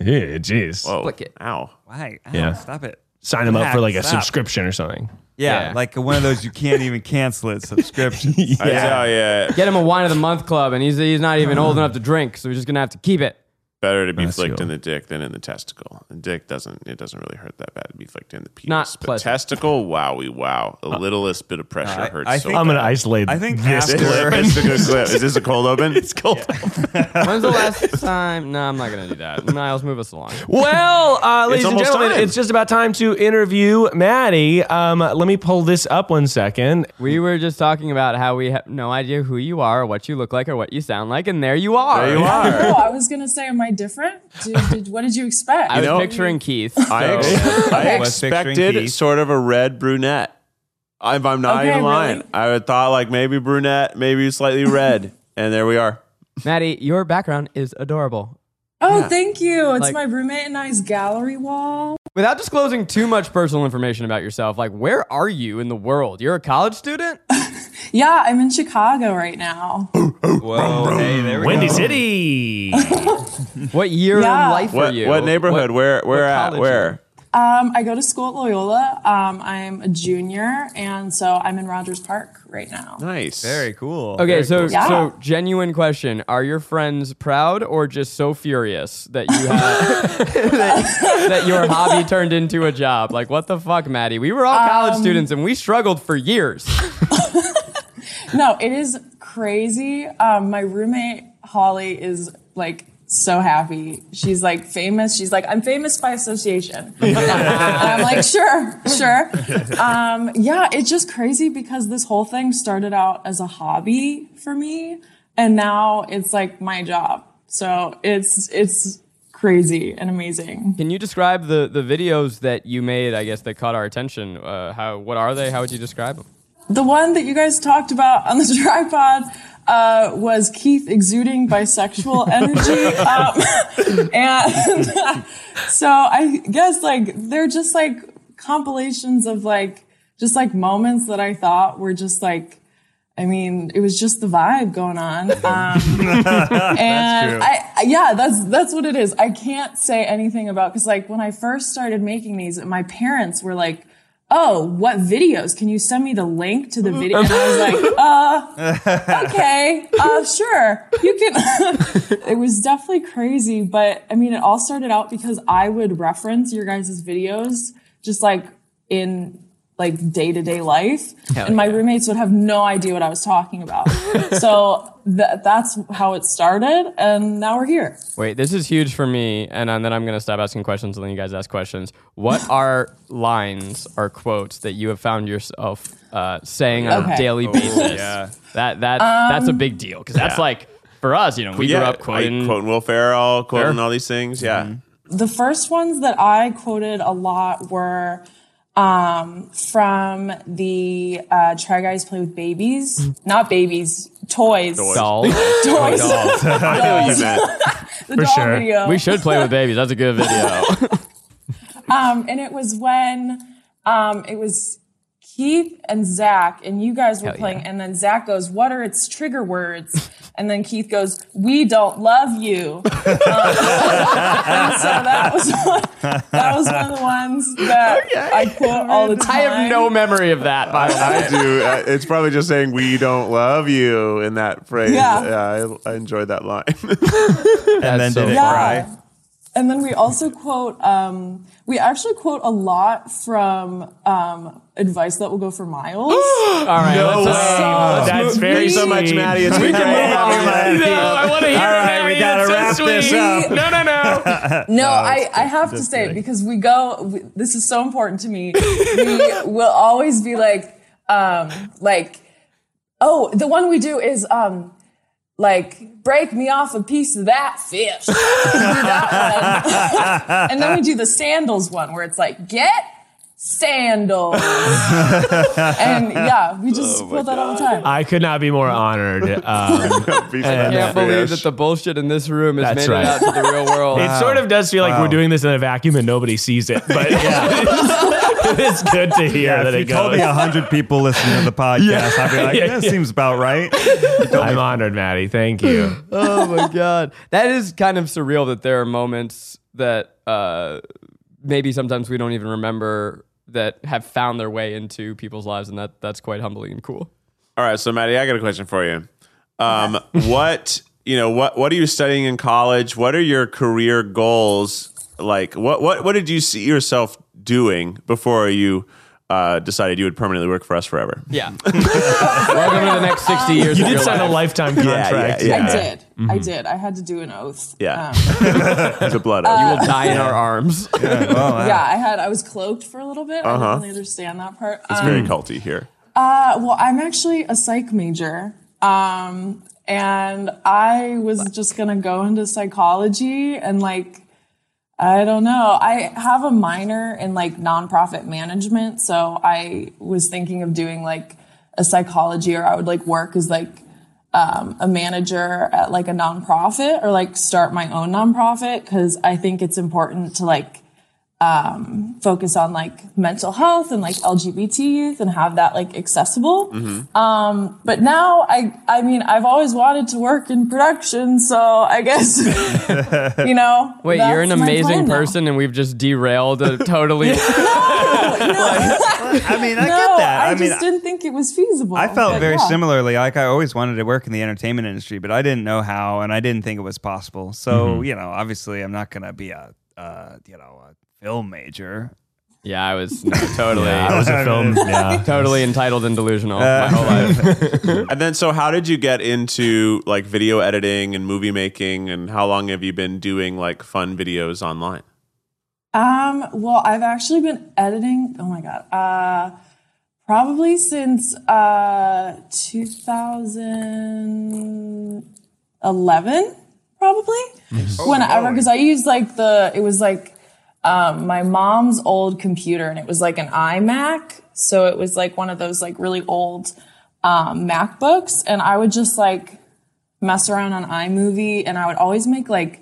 E: Yeah, jeez.
B: Whoa.
D: flick it.
B: Ow.
C: Why? Ow,
E: Yeah.
C: Stop it.
E: Sign him up for like a
C: Stop.
E: subscription or something.
C: Yeah,
D: Yeah.
C: like one of those you can't even cancel
E: <laughs>
C: it subscription.
B: I tell ya,
D: Get him a wine of the month club, and he's he's not even old enough to drink, so we're just gonna have to keep it.
B: better to be
E: That's
B: flicked
E: cool.
B: in the dick than in the testicle. The dick doesn't. It doesn't really hurt that bad to be flicked in the penis.
D: Not
B: but
D: pleasant.
B: testicle. Wowie wow. The littlest bit of pressure
C: I-
B: hurts.
C: I
B: so
C: think-
E: I'm
B: bad. <laughs>
E: going to isolate
C: I think
E: this
C: after-
E: clip.
B: Clip. It's a good clip. Is this a cold open? It's cold.
D: When's the last time? No, I'm not gonna do that. Niles, move us along.
E: Well, uh, ladies and
B: almost
E: gentlemen,
B: time.
E: it's just about time to interview Maddie. Um, let me pull this up one second.
D: We were just talking about how we have no idea who you are, or what you look like, or what you sound like, and there you are.
B: There you are.
G: Oh, I was gonna say, am I different? Did, did, what did you expect?
D: I was
B: know-
D: picturing Keith.
B: <laughs> I,
D: so- <laughs>
B: ex- I
C: Was picturing
B: expected
C: Keith.
B: sort of a red brunette. If I'm not
G: Okay,
B: even lying,
G: really?
B: I would thought like maybe brunette, maybe slightly
G: <laughs>
B: red, and there we are.
D: Maddie, your background is adorable.
G: oh, thank you. It's
D: Like-
G: my roommate and I's gallery wall.
D: Without disclosing too much personal information about yourself, like where are you in the world? You're a college student?
G: Yeah, I'm in Chicago right now.
C: Whoa, hey, there we
E: Windy City.
D: What year
G: Yeah.
D: in life
B: What
D: are you?
B: what neighborhood?
D: What-
B: where where
D: what
B: at?
D: college
B: Where?
G: Um, I go to school at Loyola. Um, I'm a junior, and so I'm in Rogers Park right now.
B: Nice. <laughs>
C: Very cool.
D: Okay,
C: Very
D: so
G: Yeah.
D: so genuine question: Are your friends proud or just so furious that you have <laughs> that, that your hobby turned into a job? Like, what the fuck, Maddie? We were all college
G: Um,
D: students and we struggled for years.
G: No, Oh, it is crazy. Um, my roommate Holly is like so happy. She's like famous. She's like, I'm famous by association. and I'm like, sure, sure. Um, yeah, it's just crazy because this whole thing started out as a hobby for me, and now it's like my job. So it's it's crazy and amazing.
D: Can you describe the the videos that you made? I guess that caught our attention. Uh, how what are they? How would you describe them?
G: The one that you guys talked about on the <laughs> tripod uh, was Keith exuding bisexual energy. Um, <laughs> and so I guess like they're just like compilations of like just like moments that I thought were just like, I mean, it was just the vibe going on. Um, and
C: true.
G: I, I- yeah, that's that's what it is. I can't say anything about because like when I first started making these, my parents were like, "Oh, what videos? Can you send me the link to the video?" And I was like, "Uh, okay, uh, sure, you can." <laughs> it was definitely crazy, but I mean, it all started out because I would reference your guys' videos just like in like day to day life, and my roommates would have no idea what I was talking about. so th- that's how it started, and now we're here.
D: Wait, this is huge for me, and um, then I'm gonna stop asking questions, and then you guys ask questions. What are lines or quotes that you have found yourself uh, saying on a
G: Okay.
D: daily basis?
C: yeah.
D: That that that's a big deal because that's like for us, you know, we grew up quoting. Mm-hmm.
B: I, quoting Will Ferrell, quoting all these things. Yeah, <laughs>
G: The first ones that I quoted a lot were um, from the uh, Try Guys Play with Babies, not babies, toys.
D: Doll.
G: <laughs> Toys.
B: I knew what you
D: <laughs>
B: meant.
G: the doll
C: sure.
G: video.
D: we should play with babies. That's a good video.
G: Um, and it was when um, it was Keith and Zach, and you guys were playing, and then Zach goes, What are its trigger words? <laughs> And then Keith goes, We don't love you. <laughs> Um, and so that was, one, that was one of the ones that I quote all the time.
D: <laughs> I have no memory of that. By the
B: <laughs>
D: way.
B: I do. Uh, It's probably just saying "we don't love you" in that phrase.
G: Yeah.
B: I, I enjoyed that line. <laughs>
C: and then
D: so
C: did it
G: Yeah.
C: cry?
G: And then we also quote, um, we actually quote a lot from um, advice that will go
D: <gasps>
G: for miles.
D: All right, let's,
G: So
D: that's
G: sweet.
D: very
B: Thank you so much,
D: sweet.
B: Maddie. It's been great having you. <laughs>
D: <laughs> No, I want to hear
C: All
D: it,
C: right, we
D: Maddie.
C: gotta
D: That's
C: wrap
D: so
C: this
D: sweet.
C: up.
D: No, no, no.
G: No, I, I have to say it
C: kidding.
G: because we go. We, this is so important
B: <laughs>
G: to me. we will always be like, um, like, oh, the one we do is um, like, break me off a piece of that fish. We do that one. <laughs> and then we do the sandals one where it's like, get sandals. and yeah, we just
B: Oh
G: quote that all the time.
E: I could not be more honored. Um,
B: Piece of
D: I can't
B: that
D: believe
B: fish.
D: that the bullshit in this room has
E: That's
D: made
E: right.
D: it out to the real
C: <laughs>
D: world.
E: It sort of does feel like we're doing this in a vacuum and nobody sees it, but <laughs> it's good to hear
C: Yeah,
E: that
C: if you
E: it
C: told
E: goes.
C: me <laughs> hundred people listening to the podcast, I'd be like,
E: Yeah,
C: that
E: yeah.
C: seems about right.
E: I'm honored, Maddie. Thank you.
D: oh my god, that is kind of surreal that there are moments that uh, maybe sometimes we don't even remember that have found their way into people's lives, and that that's quite humbling and cool.
B: All right, so Maddie, I got a question for you. Um, what you know what what are you studying in college? What are your career goals like? What what what did you see yourself doing before you uh, decided you would permanently work for us forever?
D: Yeah. <laughs> Welcome to the next sixty years.
E: You
D: of
E: did
D: your
E: sign a
D: life.
E: lifetime contract.
B: yeah, Mm-hmm.
G: I did. I did. I had to do an oath.
B: Yeah.
G: Um,
B: <laughs> The blood.
D: You <laughs> will die in our arms.
G: yeah, I had. I was cloaked for a little bit. I didn't really understand that part.
B: it's
G: Um,
B: very culty here.
G: Uh, well, I'm actually a psych major. Um, and I was just gonna go into psychology and like, I don't know. I have a minor in like nonprofit management. So I was thinking of doing like a psychology or I would like work as like, um, a manager at like a nonprofit or like start my own nonprofit. Cause I think it's important to like, um, focus on like mental health and like LGBT youth and have that like accessible.
C: Mm-hmm.
G: Um, but now I, I mean, I've always wanted to work in production, so I
C: <laughs>
G: guess, you know.
D: Wait,
G: that's
D: you're an
G: my plan
D: amazing
G: now. <laughs>
D: person, and we've just derailed a totally.
C: <laughs> <laughs> I mean, I
G: No,
C: get that.
G: I,
C: I, mean,
G: just didn't think it was feasible.
C: I felt
G: but
C: very
G: yeah.
C: similarly. Like I always wanted to work in the entertainment industry, but I didn't know how, and I didn't think it was possible. So you know, obviously, I'm not gonna be a uh, you know a film <laughs> major.
D: yeah, I was <laughs> no, totally,
E: I was
C: <laughs>
E: a film. Yeah.
D: totally entitled and delusional my whole life.
B: And then, so how did you get into like video editing and movie making? And how long have you been doing like fun videos online?
G: Um, well, I've actually been editing. Oh my god. Uh, probably since uh 2011, probably. Whenever, because I used like the it was like um, my mom's old computer, and it was like an iMac, so it was like one of those like really old um, MacBooks, and I would just like mess around on iMovie, and I would always make like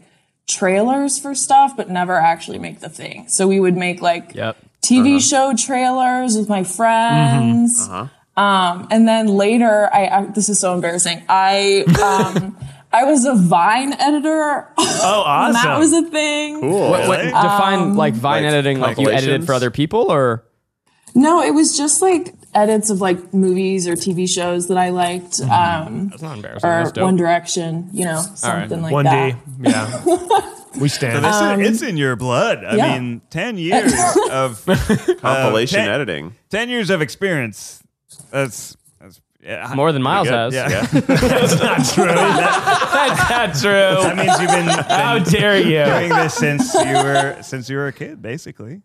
G: trailers for stuff, but never actually make the thing. So we would make like
D: Yep.
G: TV
H: Uh-huh.
G: show trailers with my friends.
H: Mm-hmm. Uh-huh.
G: Um, and then later, I, I this is so embarrassing. I um, <laughs> I was a Vine editor. <laughs> Oh,
H: awesome.
G: that was a thing.
B: Cool.
D: What, define like Vine
B: Like
D: editing, like you edited
B: compilations?
D: for other people, or
G: No, it was just like edits of like movies or TV shows that I liked, um,
H: Mm-hmm. That's not embarrassing.
G: or
D: Uh,
H: That's dope.
G: One Direction, you know, something like
H: One
G: that.
H: D. Yeah. we stand.
C: This is, it's in your blood. I
G: Um, yeah.
C: mean, 10
G: <laughs>
C: years of
B: Compilation
C: Uh, ten-
B: editing.
C: 10 years of experience. That's, that's yeah,
D: more than Miles
B: good.
D: has?
C: yeah. <laughs>
H: That's true.
C: that means you've been,
B: <laughs>
H: How
C: been
H: dare you?
C: doing this since you were since you were a kid, basically.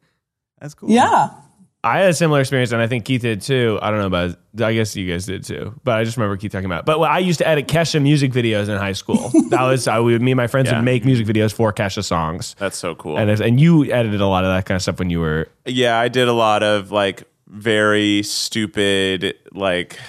C: That's cool.
G: Yeah.
H: I had a similar experience, and I
E: think Keith did too. I don't know about. I guess you guys did too, but I just remember Keith talking about. It. But well, I used to edit Kesha music videos in high school. that was I would me and my friends
B: Yeah.
E: would make music videos for Kesha songs,
B: That's so cool.
E: and it's- and you edited a lot of that kind of stuff when you were.
B: Yeah, I did a lot of like very stupid, like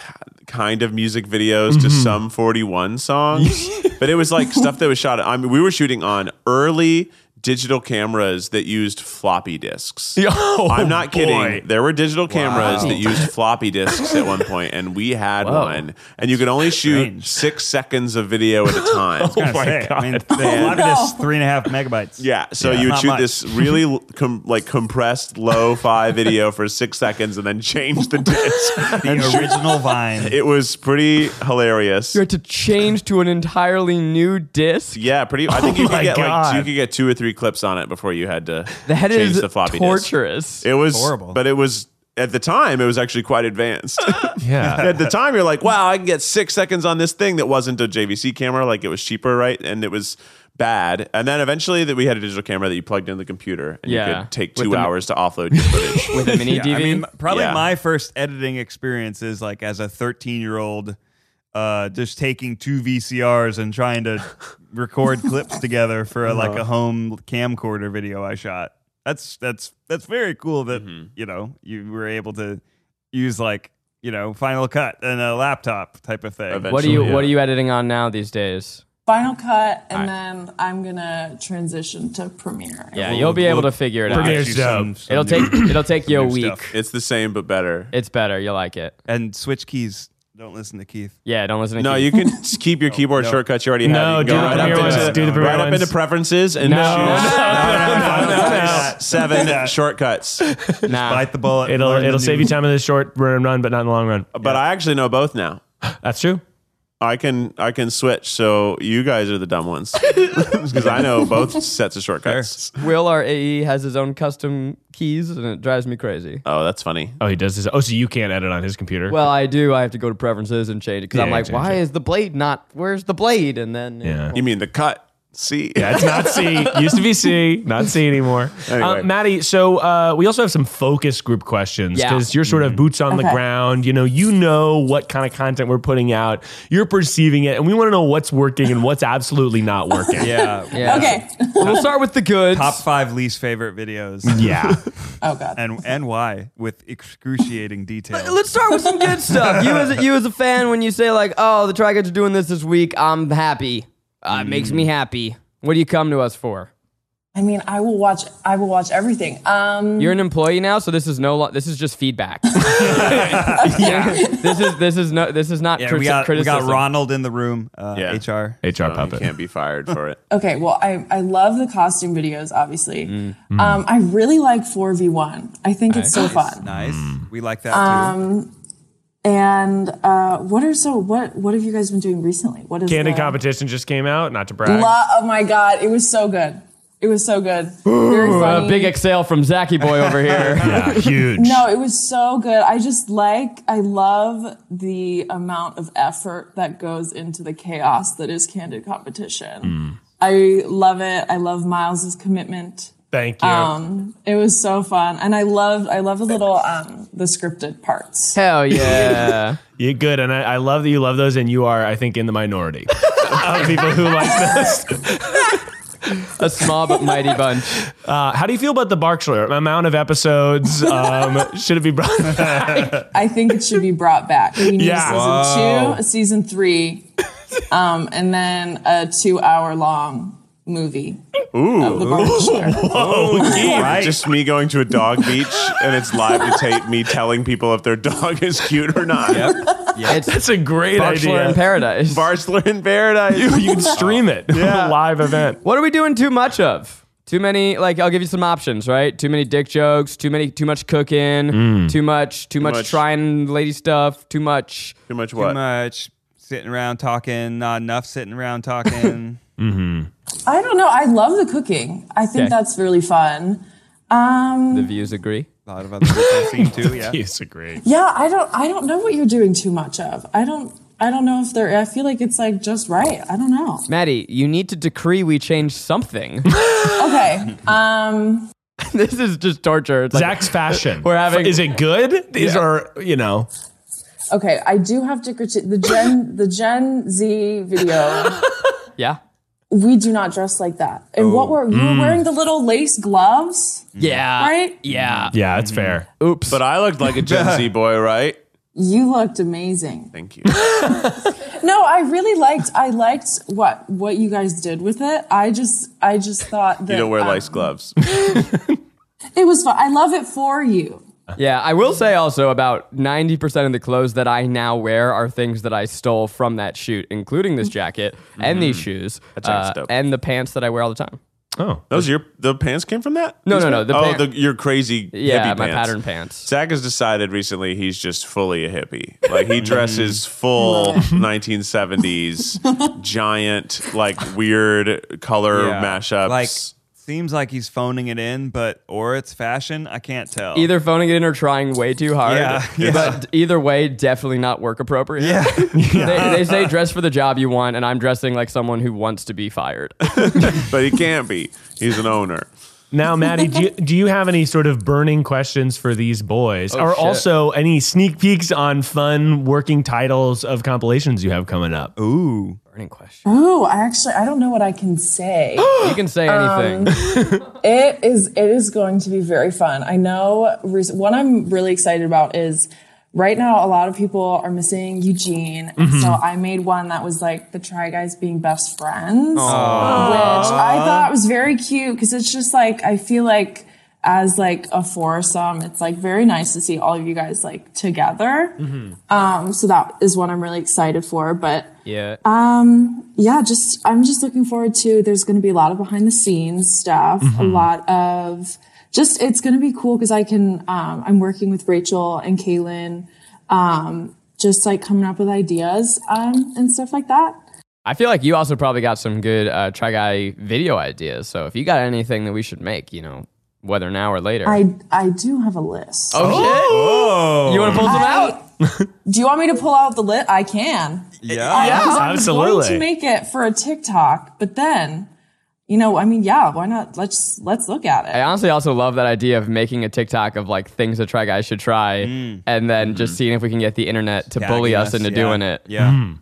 B: kind of music videos to
E: Mm-hmm.
B: some 41
E: <laughs>
B: songs. but it was like stuff that was shot. I mean, we were shooting on early digital cameras that used floppy disks.
E: <laughs> Oh,
B: I'm not
E: boy.
B: kidding. There were digital cameras that used floppy disks at one point, and we had one. And you could only shoot
C: Strange.
B: six seconds of video at
E: <laughs> Oh,
B: a time.
C: I was gonna say, I mean, they allotted us three and a half megabytes.
B: Oh Yeah, so you would
C: Not
B: shoot
C: much.
B: this really l- com- like compressed lo-fi video for six seconds, and then change the
C: <laughs>
B: disc. <laughs>
C: The original Vine.
B: It was pretty hilarious.
D: You had to change to an entirely new disc.
B: Yeah, pretty. I think you could
H: my
B: get like
H: God.
B: you could get two or three clips on it before you had to
D: The head
B: change
D: is
B: the floppy disk. <laughs>
D: torturous.
B: It was
H: Horrible.
B: but it was at the time it was actually quite advanced.
E: Yeah,
B: at the time you're like, wow, I can get six seconds on this thing that wasn't a JVC camera, like it was cheaper, right? And it was bad. And then eventually that we had a digital camera that you plugged in the computer and you
D: Yeah.
B: could take
D: With
B: two
D: the-
B: hours to offload your footage.
D: with a mini
C: Yeah,
D: DV.
C: I mean, probably
B: Yeah.
C: my first editing experience is like as a 13 year old, uh, just taking two VCRs and
B: <laughs>
C: trying to record clips together for a,
B: Uh-huh.
C: like a home camcorder video I shot. That's that's that's very cool that
B: Mm-hmm.
C: you know you were able to use like you know Final Cut and a laptop type of thing.
B: Eventually.
D: what are you
B: Yeah.
D: What are you editing on now these days?
G: Final cut, and then I'm gonna transition to Premiere.
D: Yeah, you'll be able to figure it out.
H: Premiere's
C: Do some-
H: dope.
C: some
D: It'll
C: new-
D: take
C: <coughs>
D: It'll take you a
C: new
D: week.
C: stuff.
B: It's the same but better.
D: It's better. You'll like it.
C: and switch keys. Don't listen to Keith.
D: Yeah, don't listen to
B: No,
D: Keith.
B: you can s- keep your keyboard
C: no.
B: shortcuts you already
E: No,
B: have. You can
E: do
B: go
E: the
C: Premiere
B: up
C: ones,
B: into,
C: do the
E: Premiere
B: right up
E: ones.
B: into preferences and
D: No.
B: choose
C: no, no, no. <laughs>
B: seven shortcuts.
D: Nah.
C: Bite the bullet. and
E: it'll
C: learn the
E: it'll save
C: new-
E: you time in the short run, run, but not in the long run.
B: But I actually know both now.
E: That's true.
B: I can I can switch, so you guys are the dumb ones <laughs> because I know both sets of shortcuts.
D: Will our AE has his own custom keys, and it drives me crazy.
B: Oh, that's funny.
E: Oh, he does this. Oh, so you can't edit on his computer.
D: Well, I do. I have to go to preferences and change it because I'm
E: Yeah,
D: like,
E: change
D: why
E: it.
D: is the blade not? Where's the blade? And then
E: yeah.
B: You mean the cut? See,
E: That's not <laughs> C. Used to be C. Not C anymore.
B: Anyway.
E: Uh, Maddie, so uh, we also have some focus group questions
D: Yeah.
E: because you're sort of boots on the
G: Okay.
E: ground. You know, you know what kind of content we're putting out. You're perceiving it, and we want to know what's working and what's absolutely not working.
C: Yeah.
D: yeah.
G: Okay. <laughs>
D: we'll start with the goods.
C: Top five least favorite videos.
E: <laughs> Yeah.
G: Oh god.
C: and and why with excruciating detail.
D: Let's start with some good stuff. You as a, you as a fan, when you say like, "Oh, the Tricots are doing this this week," I'm happy. Uh, It makes
C: Mm.
D: me happy. What do you come to us for?
G: I mean, I will watch. I will watch everything. Um,
D: You're an employee now, so this is no. Lo- this is just
C: <laughs>
D: feedback. yeah. This is this is no. This is not
C: Yeah,
D: criti-
C: we got we
D: criticism.
C: got Ronald in the room. Uh,
B: Yeah.
C: HR.
E: HR
B: Oh, you
E: puppet.
B: can't be fired for it.
G: okay. Well, I I love the costume videos. Obviously,
D: Mm-hmm.
G: um, I really like four v one. I think it's so fun.
C: Nice.
B: Mm.
C: We like that
D: Um,
C: too.
G: And uh, what are so what what have you guys been doing recently? What is
E: Candid
G: the-
E: competition just came out. Not to brag.
G: Lo- oh my god, it was so good. It was
D: <gasps>
G: so good. Very
D: Uh,
G: funny.
D: big exhale from Zachy boy over
C: <laughs>
D: here.
E: yeah, huge.
G: No, it was so good. I just like, I love the amount of effort that goes into the chaos that is candid competition. I love it. I love Miles's commitment.
E: Thank you.
G: um, It was so fun, and I love, I love the little um, the scripted parts.
D: Hell yeah.
E: You're good, and I, I love that you love those, and you are, I think, in the minority <laughs> of people who like those.
D: <laughs> a small but mighty <laughs> bunch.
E: Uh, how do you feel about the Barkshire amount of episodes? Um, <laughs> should it be brought?
G: I think it should be brought back. We need
E: Yeah.
G: a season two, a season three, um, and then a two hour long movie. Of the Barbie
B: <laughs>
G: Shore.
C: Right.
B: Just me going to a dog beach and it's live to tape me telling people if their dog is cute or not.
E: That's a great
D: Bachelor in
E: idea.
D: Paradise.
B: Bachelor in Paradise.
E: You, you can stream it.
B: Yeah.
E: A <laughs> live event.
D: What are we doing too much of? Too many, like I'll give you some options, right? Too many dick jokes, too many, too much cooking, too much, too, much,
B: much.
D: trying lady stuff, too much.
B: Too much
C: Too
B: what?
C: much sitting around talking, not enough sitting
B: <laughs>
C: around talking.
G: I don't know. I love the cooking. I think
D: Okay.
G: that's really fun. Um,
D: The views agree.
C: a lot of other people seem
B: <laughs>
C: to, yeah.
E: <laughs> It's a great.
G: yeah, I don't. I don't know what you're doing too much of. I don't. I don't know if they're. I feel like it's like just right. I don't know.
D: Maddie, you need to decree we change something. <laughs>
G: Okay. Um.
D: this is just torture. It's like,
H: Zach's fashion.
D: We're having-
H: Is it good? These
E: Yeah.
H: are you know.
G: Okay. I do have to critique the Gen the Gen Z video.
D: yeah,
G: We do not dress like that. And
B: Oh,
G: what were you
B: mm.
G: were wearing the little lace gloves,
B: Uh,
D: yeah,
G: right?
D: yeah.
H: Yeah, that's fair.
D: Oops.
B: But I looked like a Gen Z boy, right?
G: You looked amazing.
B: Thank you.
G: No, I really liked. I liked what what you guys did with it. I just I just thought that
B: You don't wear
G: <laughs> um,
B: lace gloves.
G: It was fun. I love it for you.
D: Yeah, I will say also about 90% of the clothes that I now wear are things that I stole from that shoot, including this jacket and these shoes
B: jacket's
D: uh,
B: dope.
D: and the pants that I wear all the time.
E: Oh.
B: Those are your the pants came from that?
D: No,
B: These
D: no, no,
B: pants?
D: the
B: oh,
D: pant-
B: the, your crazy
D: Yeah,
B: hippie
D: my
B: pants.
D: pattern pants.
B: Zach has decided recently he's just fully a hippie. Like he dresses full 1970s, giant, like weird color
C: Yeah.
B: mashups.
C: Like seems like he's phoning it in, but or it's fashion. I can't tell. <laughs>
D: Either phoning it in or trying way too hard.
C: Yeah,
D: <laughs>
C: yeah.
D: But either way, definitely not work
B: <laughs>
D: appropriate. Yeah. they, they say dress for the job you want, and I'm dressing like someone who wants to be fired.
B: but he can't be. He's an owner.
H: Now, Maddie, do you, do you have any sort of burning questions for these boys, or
D: shit.
H: also any sneak peeks on fun working titles of compilations you have coming up?
C: Ooh,
D: Burning question.
G: Oh, I actually I don't know what I can
B: <gasps>
G: say. <gasps>
D: You can say anything.
G: it is it is going to be very fun. I know re- what I'm really excited about is right now a lot of people are missing Eugene, and so I made one that was like the Try Guys being best friends, which I thought was very cute because it's just like I feel like as like a foursome, it's like very nice to see all of you guys like together. Um, so that is what I'm really excited for, but
D: yeah.
G: yeah, just I'm just looking forward to. There's going to be a lot of behind the scenes stuff, a lot of just it's going to be cool because I can. Um, I'm working with Rachel and Kaylin, um, just like coming up with ideas um, and stuff like that.
D: I feel like you also probably got some good uh, Try Guy video ideas. So if you got anything that we should make, you know, whether now or later.
G: I I do have a list.
D: oh, shit.
C: Oh.
D: You want to pull some out?
G: <laughs> do you want me to pull out the list? I can.
C: yeah.
G: yeah, I was going
H: absolutely.
G: to make it for a TikTok, but then, you know, I mean, yeah, why not? Let's let's look at it.
D: I honestly also love that idea of making a TikTok of like things that try guys should try, and then just seeing if we can get the internet to bully us into
C: Mm. yeah.
D: doing it.
C: Yeah,
B: Mm.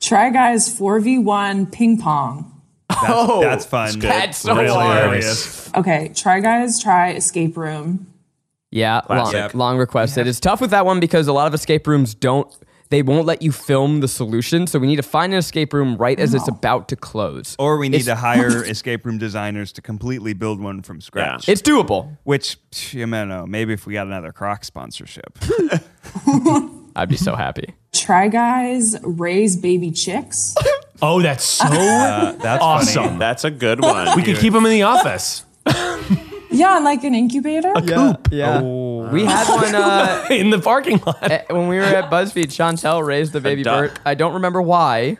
G: Try guys four v one ping pong.
C: that's,
D: Oh.
C: that's
B: Oh.
C: fun.
D: That's so
C: Really
D: hard.
C: hilarious.
G: Okay, try guys, try escape room.
D: Yeah, long,
C: Classic.
D: long requested. It's tough with that one because a lot of escape rooms don't. They won't let you film the solution, so we need to find an escape room right as it's about to close.
C: Or we need to
G: <laughs>
C: hire escape room designers to completely build one from scratch.
D: It's doable.
C: Which psh, you know, no, maybe if we got another Croc
G: <laughs>
C: sponsorship.
D: I'd be so happy.
G: Try guys, raise
C: <laughs>
G: baby chicks.
H: Oh, that's so
C: That's
H: awesome.
C: funny.
B: That's a good one.
H: We could keep them in the office <laughs>
G: Yeah, and like an incubator.
D: <laughs> Yeah,
C: Oh.
D: we had one uh, <laughs>
H: in the parking lot.
D: eh, when we were at BuzzFeed. Chantel raised the baby
B: duck.
D: bird. I don't remember why.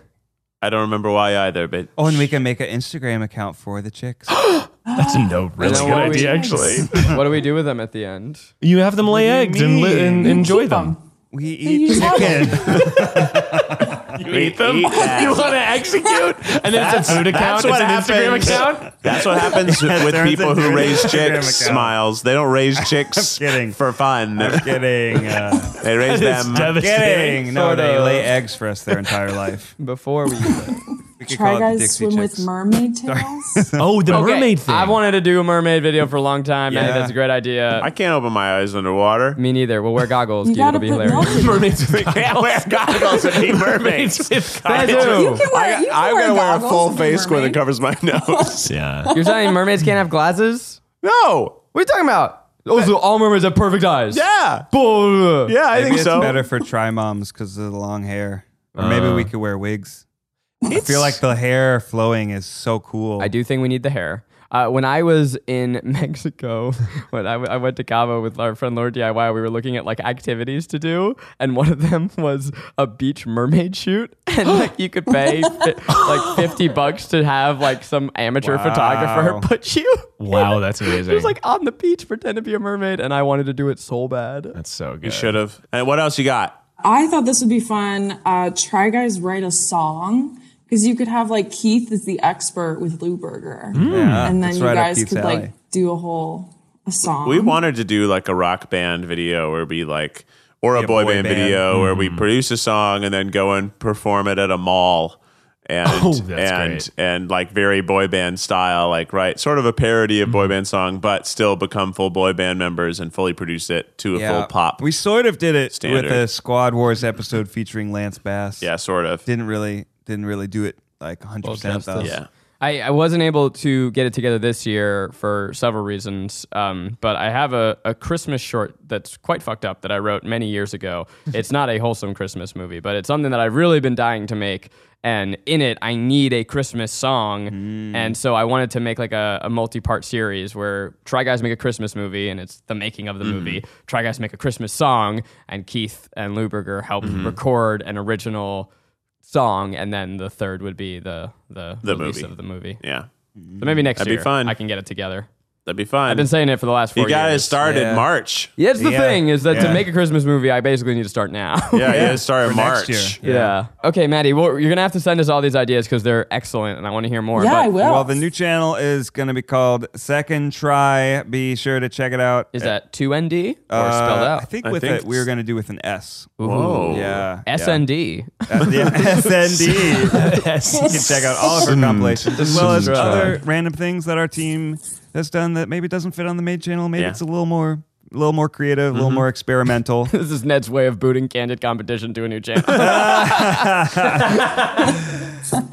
B: I don't remember why either, but
C: Oh, and we can make an Instagram account for the
G: <gasps>
C: chicks.
H: That's a no, really
D: And then
H: good
D: what we-
H: idea, actually.
D: what do we do with them at the end?
H: You have them lay eggs and, li- and enjoy
G: Keep
H: them.
G: 'em.
C: We
G: you
C: eat
G: have
C: chicken. <laughs>
B: you eat them.
H: <laughs> You want to execute, and then it's a food account.
B: that's
H: it's
B: what
H: an
B: happens.
H: Instagram account.
B: That's what
C: <laughs>
B: happens with
C: turns
B: people
C: into
B: who
C: an
B: raise
C: Instagram
B: chicks.
C: account.
B: Smiles. They don't
C: <laughs>
B: raise chicks
C: kidding.
B: for
C: <laughs>
B: fun.
C: kidding.
G: <laughs>
C: Uh,
B: They raise
H: It's
B: them.
H: devastating.
C: kidding. No,
D: Sort
C: they
D: of.
G: <laughs>
C: lay eggs for us their entire life.
D: Before we
C: could
G: Try
C: call it the
G: guys
C: Dixie
G: swim with
C: Chicks. <laughs>
G: mermaid tails.
H: Oh, the
D: Okay,
H: mermaid thing.
D: I wanted to do a mermaid video for a long time. I think
C: Yeah.
D: that's a great idea.
B: I can't open my eyes underwater.
C: <laughs>
D: Me neither. We'll wear goggles.
G: you
D: dude. It'll
G: gotta
D: be
G: put milk
D: hilarious.
G: in
H: <laughs>
G: it.
H: mermaids with
C: Oh
B: Can't wear goggles and <laughs> be mermaids.
D: <laughs> <laughs> I
G: You
D: do.
G: can wear. you can
B: I'm
G: wear
B: gonna wear a
G: goggles
B: full
G: and be a
B: face where that
G: mermaid. Oh.
B: covers
G: <laughs>
B: my nose. <laughs>
H: yeah.
D: You're saying mermaids can't have glasses?
B: no.
D: What are you talking about? Oh, so all mermaids have perfect eyes.
B: Yeah.
D: Bull.
B: Yeah, I
C: Maybe
B: think
C: it's
B: so. Uh.
C: better for tri moms because of the long hair. Or maybe we could wear wigs. I feel like the hair flowing is so cool.
D: I do think we need the hair. Uh, when I was in <laughs> Mexico, when I, w- I went to Cabo with our friend Lord DIY, we were looking at like activities to do, and one of them <laughs> was a beach mermaid shoot, <laughs> and like you
H: <laughs>
D: could pay fi- like fifty bucks to have like some amateur photographer
C: Wow.
D: <laughs> put you.
H: Wow, that's
D: It
H: amazing.
D: was like on the beach, pretend to be a mermaid, and I wanted to do it so bad.
H: that's so good.
B: You should have. And what else you got?
G: I thought this would be fun. Uh, try guys write a song because you could have like Keith is the expert with Lou Berger, Hmm. and then
C: that's
G: you
C: right Mm. up
G: guys
C: Keith's
G: could
C: alley.
G: like do a whole a song.
B: We wanted to do like a rock band video where we like, or a
C: Yeah,
B: boy,
C: boy
B: band,
C: band.
B: video where we produce a song and then go and perform it at a mall. And
H: Oh, that's
B: and
H: great.
B: and like very boy band style, like right, sort of a parody of boy band song, but still become full boy band members and fully produce it to a full pop.
C: We sort of did it
B: standard.
C: with a Squad Wars episode featuring Lance Bass.
B: yeah, sort of.
C: Didn't really didn't really do it like 100% though.
B: Yeah.
D: I, I wasn't able to get it together this year for several reasons, um, but I have a, a Christmas short that's quite fucked up that I wrote many years ago. it's not a wholesome Christmas movie, but it's something that I've really been dying to make. And in it, I need a Christmas song. And so I wanted to make like a, a multi part series where Try Guys make a Christmas movie and it's the making of the movie. Try Guys make a Christmas song, and Keith and Luberger help record an original song, and then the third would be the the,
B: The
D: release
B: movie.
D: of the movie.
B: Yeah.
D: So maybe next
B: That'd be
D: year
B: fun.
D: I can get it together.
B: That'd be fun.
D: I've been saying it for the last four
B: you got to
D: years.
B: start in
C: Yeah.
B: March.
D: Yeah, That's the
C: Yeah.
D: thing is that to
C: Yeah.
D: make a Christmas movie, I basically need to start now. <laughs>
B: Yeah, you got to start in
C: For
B: March.
C: next year.
D: Yeah. Okay, Maddie, well, you're gonna have to send us all these ideas because they're excellent, and I want to hear more.
G: yeah,
D: but
G: I will.
C: Well, the new channel is going to be called Second Try. Be sure to check it out.
D: Is that two N D or
C: Uh,
D: spelled out?
C: I think
B: I
C: with
B: think
C: it, we were going to do with an S.
B: Whoa.
C: Yeah.
D: S N D. <laughs>
C: Uh, yeah, SND. You can check out all of her compilations as well as
H: Send
C: other random things that our team has done that maybe doesn't fit on the main channel. Maybe
B: Yeah. Mm-hmm.
C: it's a little more, a little more creative, a little more experimental.
D: This is Ned's way of booting candid competition to a new channel.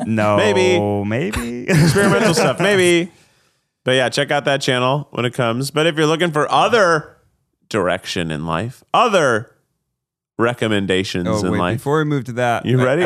C: no,
B: Maybe.
C: <laughs> maybe.
B: experimental stuff, maybe. But yeah, check out that channel when it comes. But if you're looking for other direction in life, other recommendations
C: oh
B: in
C: wait,
B: life,
C: before we move to that, uh,
B: you ready?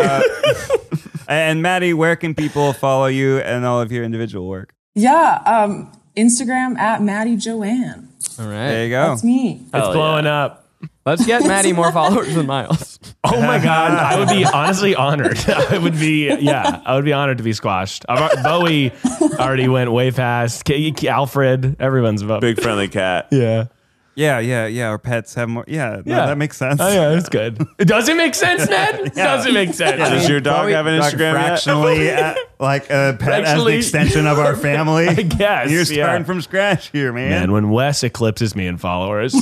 C: <laughs> and Maddie, where can people follow you and all of your individual work?
G: yeah, um, Instagram at Maddie Joanne.
D: all
C: There
D: right,
C: you go. <laughs>
G: That's me.
H: It's blowing up.
D: let's
G: <laughs>
D: get Maddie more followers than Miles.
H: Oh my god, I would be honestly honored. <laughs> I would be yeah, I would be honored to be squashed. I've, al- Bowie already went way past. K- K- Alfred, everyone's vote.
B: Big friendly cat.
H: Yeah,
C: <laughs> Yeah, yeah, yeah. Our pets have more. Yeah, no,
H: Yeah.
C: that makes sense.
H: oh, yeah, it's good. Does <laughs> it make sense, <laughs> Ned? Does it make sense?
B: Does your dog have an
C: Dog
B: Instagram yet?
C: fractionally, uh, <laughs> like a pet as an
H: Fractionally.
C: extension of
H: <laughs>
C: our family.
H: I guess,
C: you're
H: yeah.
C: starting from scratch
H: And
C: here, man.
H: when Wes eclipses me in <laughs> followers,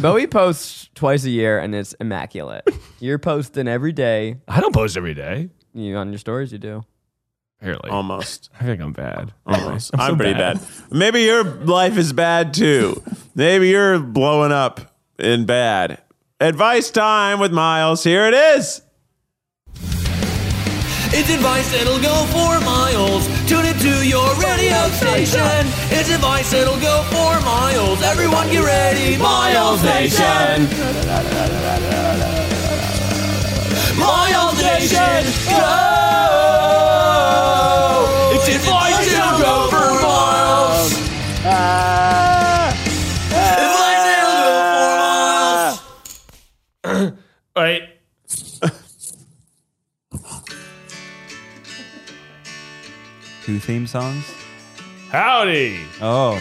D: Bowie posts twice a year, and it's <laughs> immaculate. You're posting every day.
H: I don't post every day.
D: You on your stories, you do.
H: Apparently,
C: Oh
B: Almost.
H: I think I'm bad.
B: Almost. I'm,
H: I'm so
B: pretty bad.
H: bad.
B: Maybe your life is bad too. Maybe you're blowing up in bad. Advice time with Miles. Here it is.
I: It's advice that'll go four miles. Tune it to your radio station. It's advice that'll go four miles. Everyone get ready. Miles Nation. Miles Nation. Go. It's advice that'll go four miles. Advice that'll go four miles.
H: All right.
C: Two theme songs.
H: Howdy.
C: <laughs> Oh,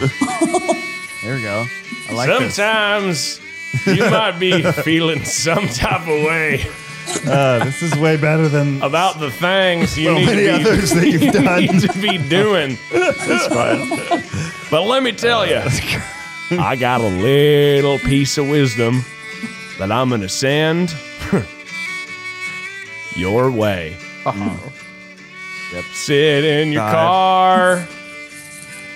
C: there we go. I like this.
H: Sometimes you might
C: <laughs>
H: be feeling some type of way
C: Uh, this is way better than
H: about the things you
C: so
H: need
C: many
H: to be <laughs>
C: others that you've
H: need
C: done.
H: to be doing. But let me tell you, I got a little piece of wisdom that I'm going to
E: <laughs>
H: send your way.
E: Hmm. Sit in your
C: God.
E: car.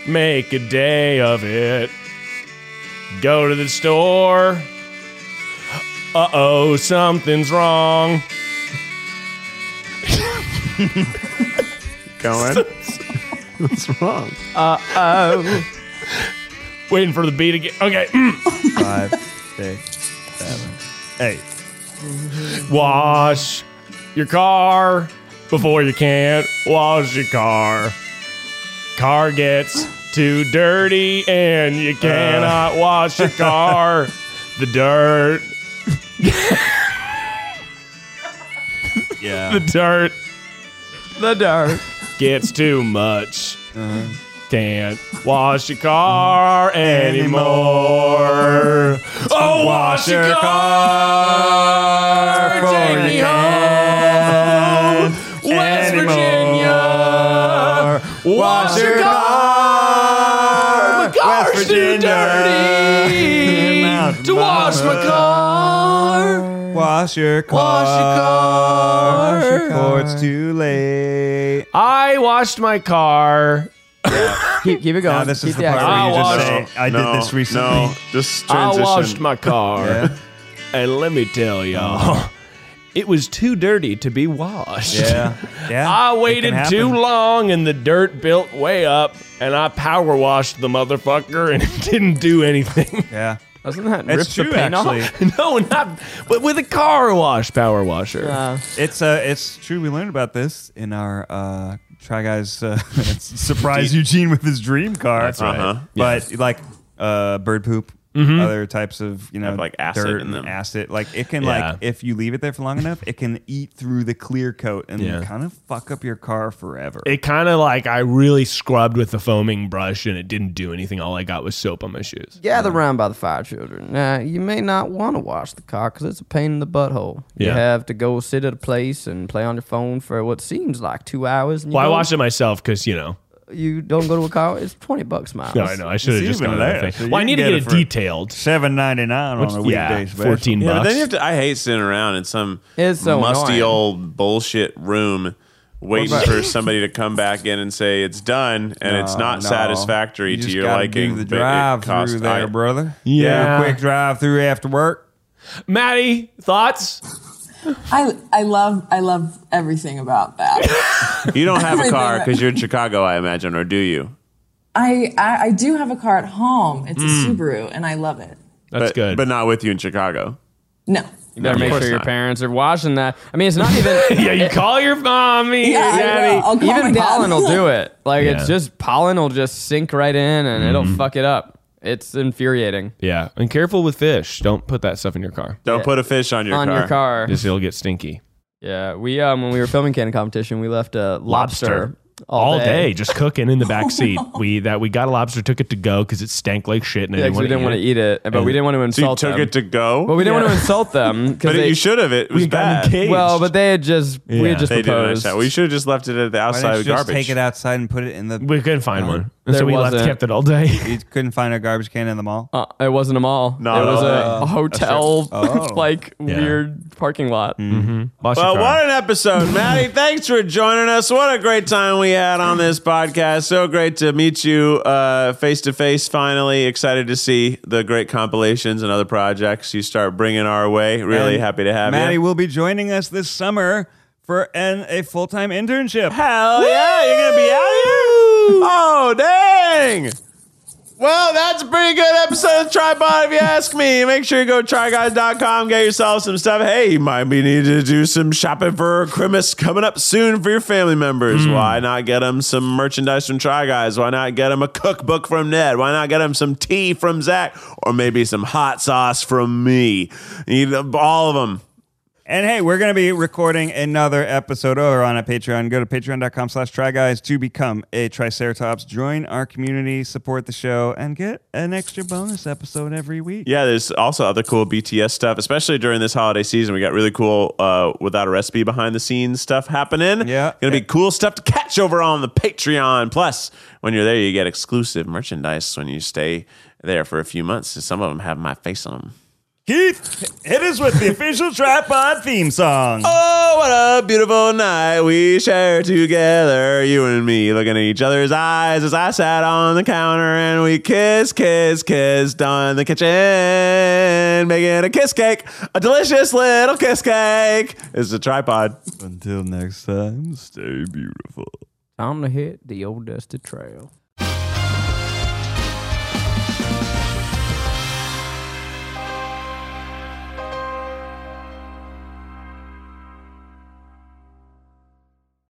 E: Make a day of it. Go to the store. Uh oh, something's wrong.
B: Going. What's wrong?
E: Waiting for the beat again. Okay. mm.
C: <laughs> Five, six, seven, eight.
E: wash your car before you can't wash your car. Car gets too dirty and you cannot wash your car. The <laughs> dirt,
C: Yeah.
E: the dirt
D: The dark.
E: gets too much. Can't wash your car Mm. anymore. Oh, wash your car.
C: before
E: Take
C: you
E: me home. West Virginia. Wash your car. My car's
C: West
E: too
C: Virginia. <laughs>
E: dirty to wash my car.
C: Wash your car.
E: Wash your car.
C: Before it's too late.
E: I washed my car.
D: Keep, keep it going.
C: Now this
D: keep
C: is the
D: action.
C: part where you
E: I
C: just
E: washed-
C: say, I
B: No,
C: did this recently.
B: No, just
E: I
B: transition.
E: washed my
C: <laughs>
E: car. And let me tell y'all, it was too dirty to be washed.
C: Yeah. Yeah.
E: <laughs> I
C: It
E: waited
C: can
E: too
C: happen.
E: long and the dirt built way up and I power washed the motherfucker and <laughs> it didn't do anything.
C: Yeah.
D: Doesn't that rip
C: It's
D: the
C: true,
D: paint off?
C: actually.
E: <laughs> no, not but with a car wash power washer.
D: Uh,
C: It's uh, it's true. We learned about this in our uh, Try Guys uh, <laughs> surprise Eugene with his dream car. That's
B: right. Uh-huh.
C: But like uh, bird poop,
E: Mm-hmm.
C: other types of you know
B: Have, like, acid
C: dirt
B: in
C: and
B: them.
C: acid. Like it can
E: Yeah.
C: like if you leave it there for long enough, it can eat through the clear coat and
E: Yeah.
C: kind of fuck up your car forever.
E: It kind of like I really scrubbed with a foaming brush and it didn't do anything. All I got was soap on my shoes.
D: Gather round by the fire, children. Now, you may not want to wash the car because it's a pain in the butthole. You
E: Yeah.
D: have to go sit at a place and play on your phone for what seems like two hours. And you
E: Well, I
D: don't-
E: washed it myself because, you know,
D: You don't go to a car. It's 20 bucks, miles.
E: no, I know. I should have
C: it's
E: just
C: even
E: gone to that
C: there,
E: thing.
C: so you
E: well, I
C: can
E: need to
C: get
E: get
C: it
E: it
C: for-
E: detailed.
C: Seven ninety nine on a weekday
E: yeah,
C: special.
B: Yeah,
E: 14
B: but
E: bucks.
B: then you have to. I hate sitting around in some
D: It's so
B: musty
D: annoying.
B: old bullshit room waiting
D: Right.
B: for somebody to come back in and say it's done and it's
C: No,
B: not
C: Uh, no.
B: satisfactory
C: You
B: to
C: just
B: your
C: gotta
B: liking.
C: Do the
B: but it
C: drive
B: cost-
C: through there,
B: I-
C: brother. Do
E: Yeah.
C: a quick drive through after work.
E: Maddie, thoughts?
G: I I love I love everything about that.
D: <laughs>
B: You don't have a
C: <laughs>
G: Everything
B: car
G: that-
B: because you're in Chicago, I imagine, or do you?
G: I, I I do have a car at home. It's a
D: Mm.
G: Subaru, and I love it.
E: That's
B: but,
E: good.
B: But not with you in Chicago.
G: No.
D: You better make
B: course
D: sure your
B: not.
D: parents are watching that. I mean, it's not even.
C: <laughs>
E: yeah, you call your mommy.
G: Yeah, I will. I'll call Oh my
D: even
G: dad.
D: pollen will do it. Like it's
E: Yeah.
D: just pollen will just sink right in and it'll
C: Mm-hmm.
D: fuck it up. It's infuriating
E: Yeah, and careful with fish. Don't put that stuff in your car.
B: Don't put a fish on your
D: on
B: car.
D: your car.
E: Just it'll get stinky.
D: Yeah, we um when we were filming Cannon Competition, we left a lobster, all,
E: All day. just cooking in the
D: <laughs>
E: back seat. we that we got a lobster, took it to go because it stank like shit, and
D: Yeah, 'cause we didn't want to eat it, but we didn't want to
B: So you
D: insult
B: took
D: them.
B: it to go,
D: but we didn't want to insult
B: <laughs>
D: them
B: but
D: because
B: it-
D: they
B: you should have. It was
E: We got
B: bad.
E: engaged.
D: well, but they had just we
E: Yeah.
D: had just
B: They didn't
D: proposed.
B: understand. We should have just left it at the
C: Why didn't
B: outside
C: you
B: of
C: just
B: garbage.
C: take it outside and put it in the?
E: we couldn't find one, and
D: Uh-huh. There
E: so we left,
D: wasn't.
E: kept it all day.
C: You couldn't find a garbage can in the mall.
D: Uh, it wasn't a mall.
B: No,
D: it was
B: no,
D: a, a hotel,
C: Oh.
D: <laughs> like
E: Yeah.
D: weird parking lot.
B: Mm-hmm.
E: Lost your
B: Well,
E: car.
B: what an episode,
C: <laughs>
B: Maddie. Thanks for joining us. What a great time we had on this podcast. So great to meet you uh, face to face finally. Excited to see the great compilations and other projects you start bringing our way. Really
C: And
B: happy to have
C: Maddie
B: you.
C: will be joining us this summer for an, a full time internship.
B: Hell yeah, you're going to be out here? Oh, dang. Well, that's a pretty good episode of Tripod, if you ask me. Make sure you go to tryguys.com, get yourself some stuff. Hey, you might be needing to do some shopping for Christmas coming up soon for your family members. Why not get them some merchandise from Try Guys? Why not get them a cookbook from Ned? Why not get them some tea from Zach? Or maybe some hot sauce from me? You know, all of them.
C: And hey, we're going to be recording another episode over on a Patreon. Go to patreon.com slash try guys to become a triceratops. Join our community, support the show, and get an extra bonus episode every week.
B: Yeah, there's also other cool BTS stuff, especially during this holiday season. We got really cool uh, without a recipe behind the scenes stuff happening.
C: Yeah.
B: Gonna be cool stuff to catch over on the Patreon. Plus, when you're there, you get exclusive merchandise when you stay there for a few months. Some of them have my face on them.
C: Keith, hit us with the official tripod theme song.
B: Oh, what a beautiful night we share together, you and me, looking at each other's eyes as I sat on the counter and we kiss, kiss, kissed on the kitchen, making a kiss cake, a delicious little kiss cake. It's a tripod.
C: Until next time, stay beautiful.
D: Time to hit the old dusty trail.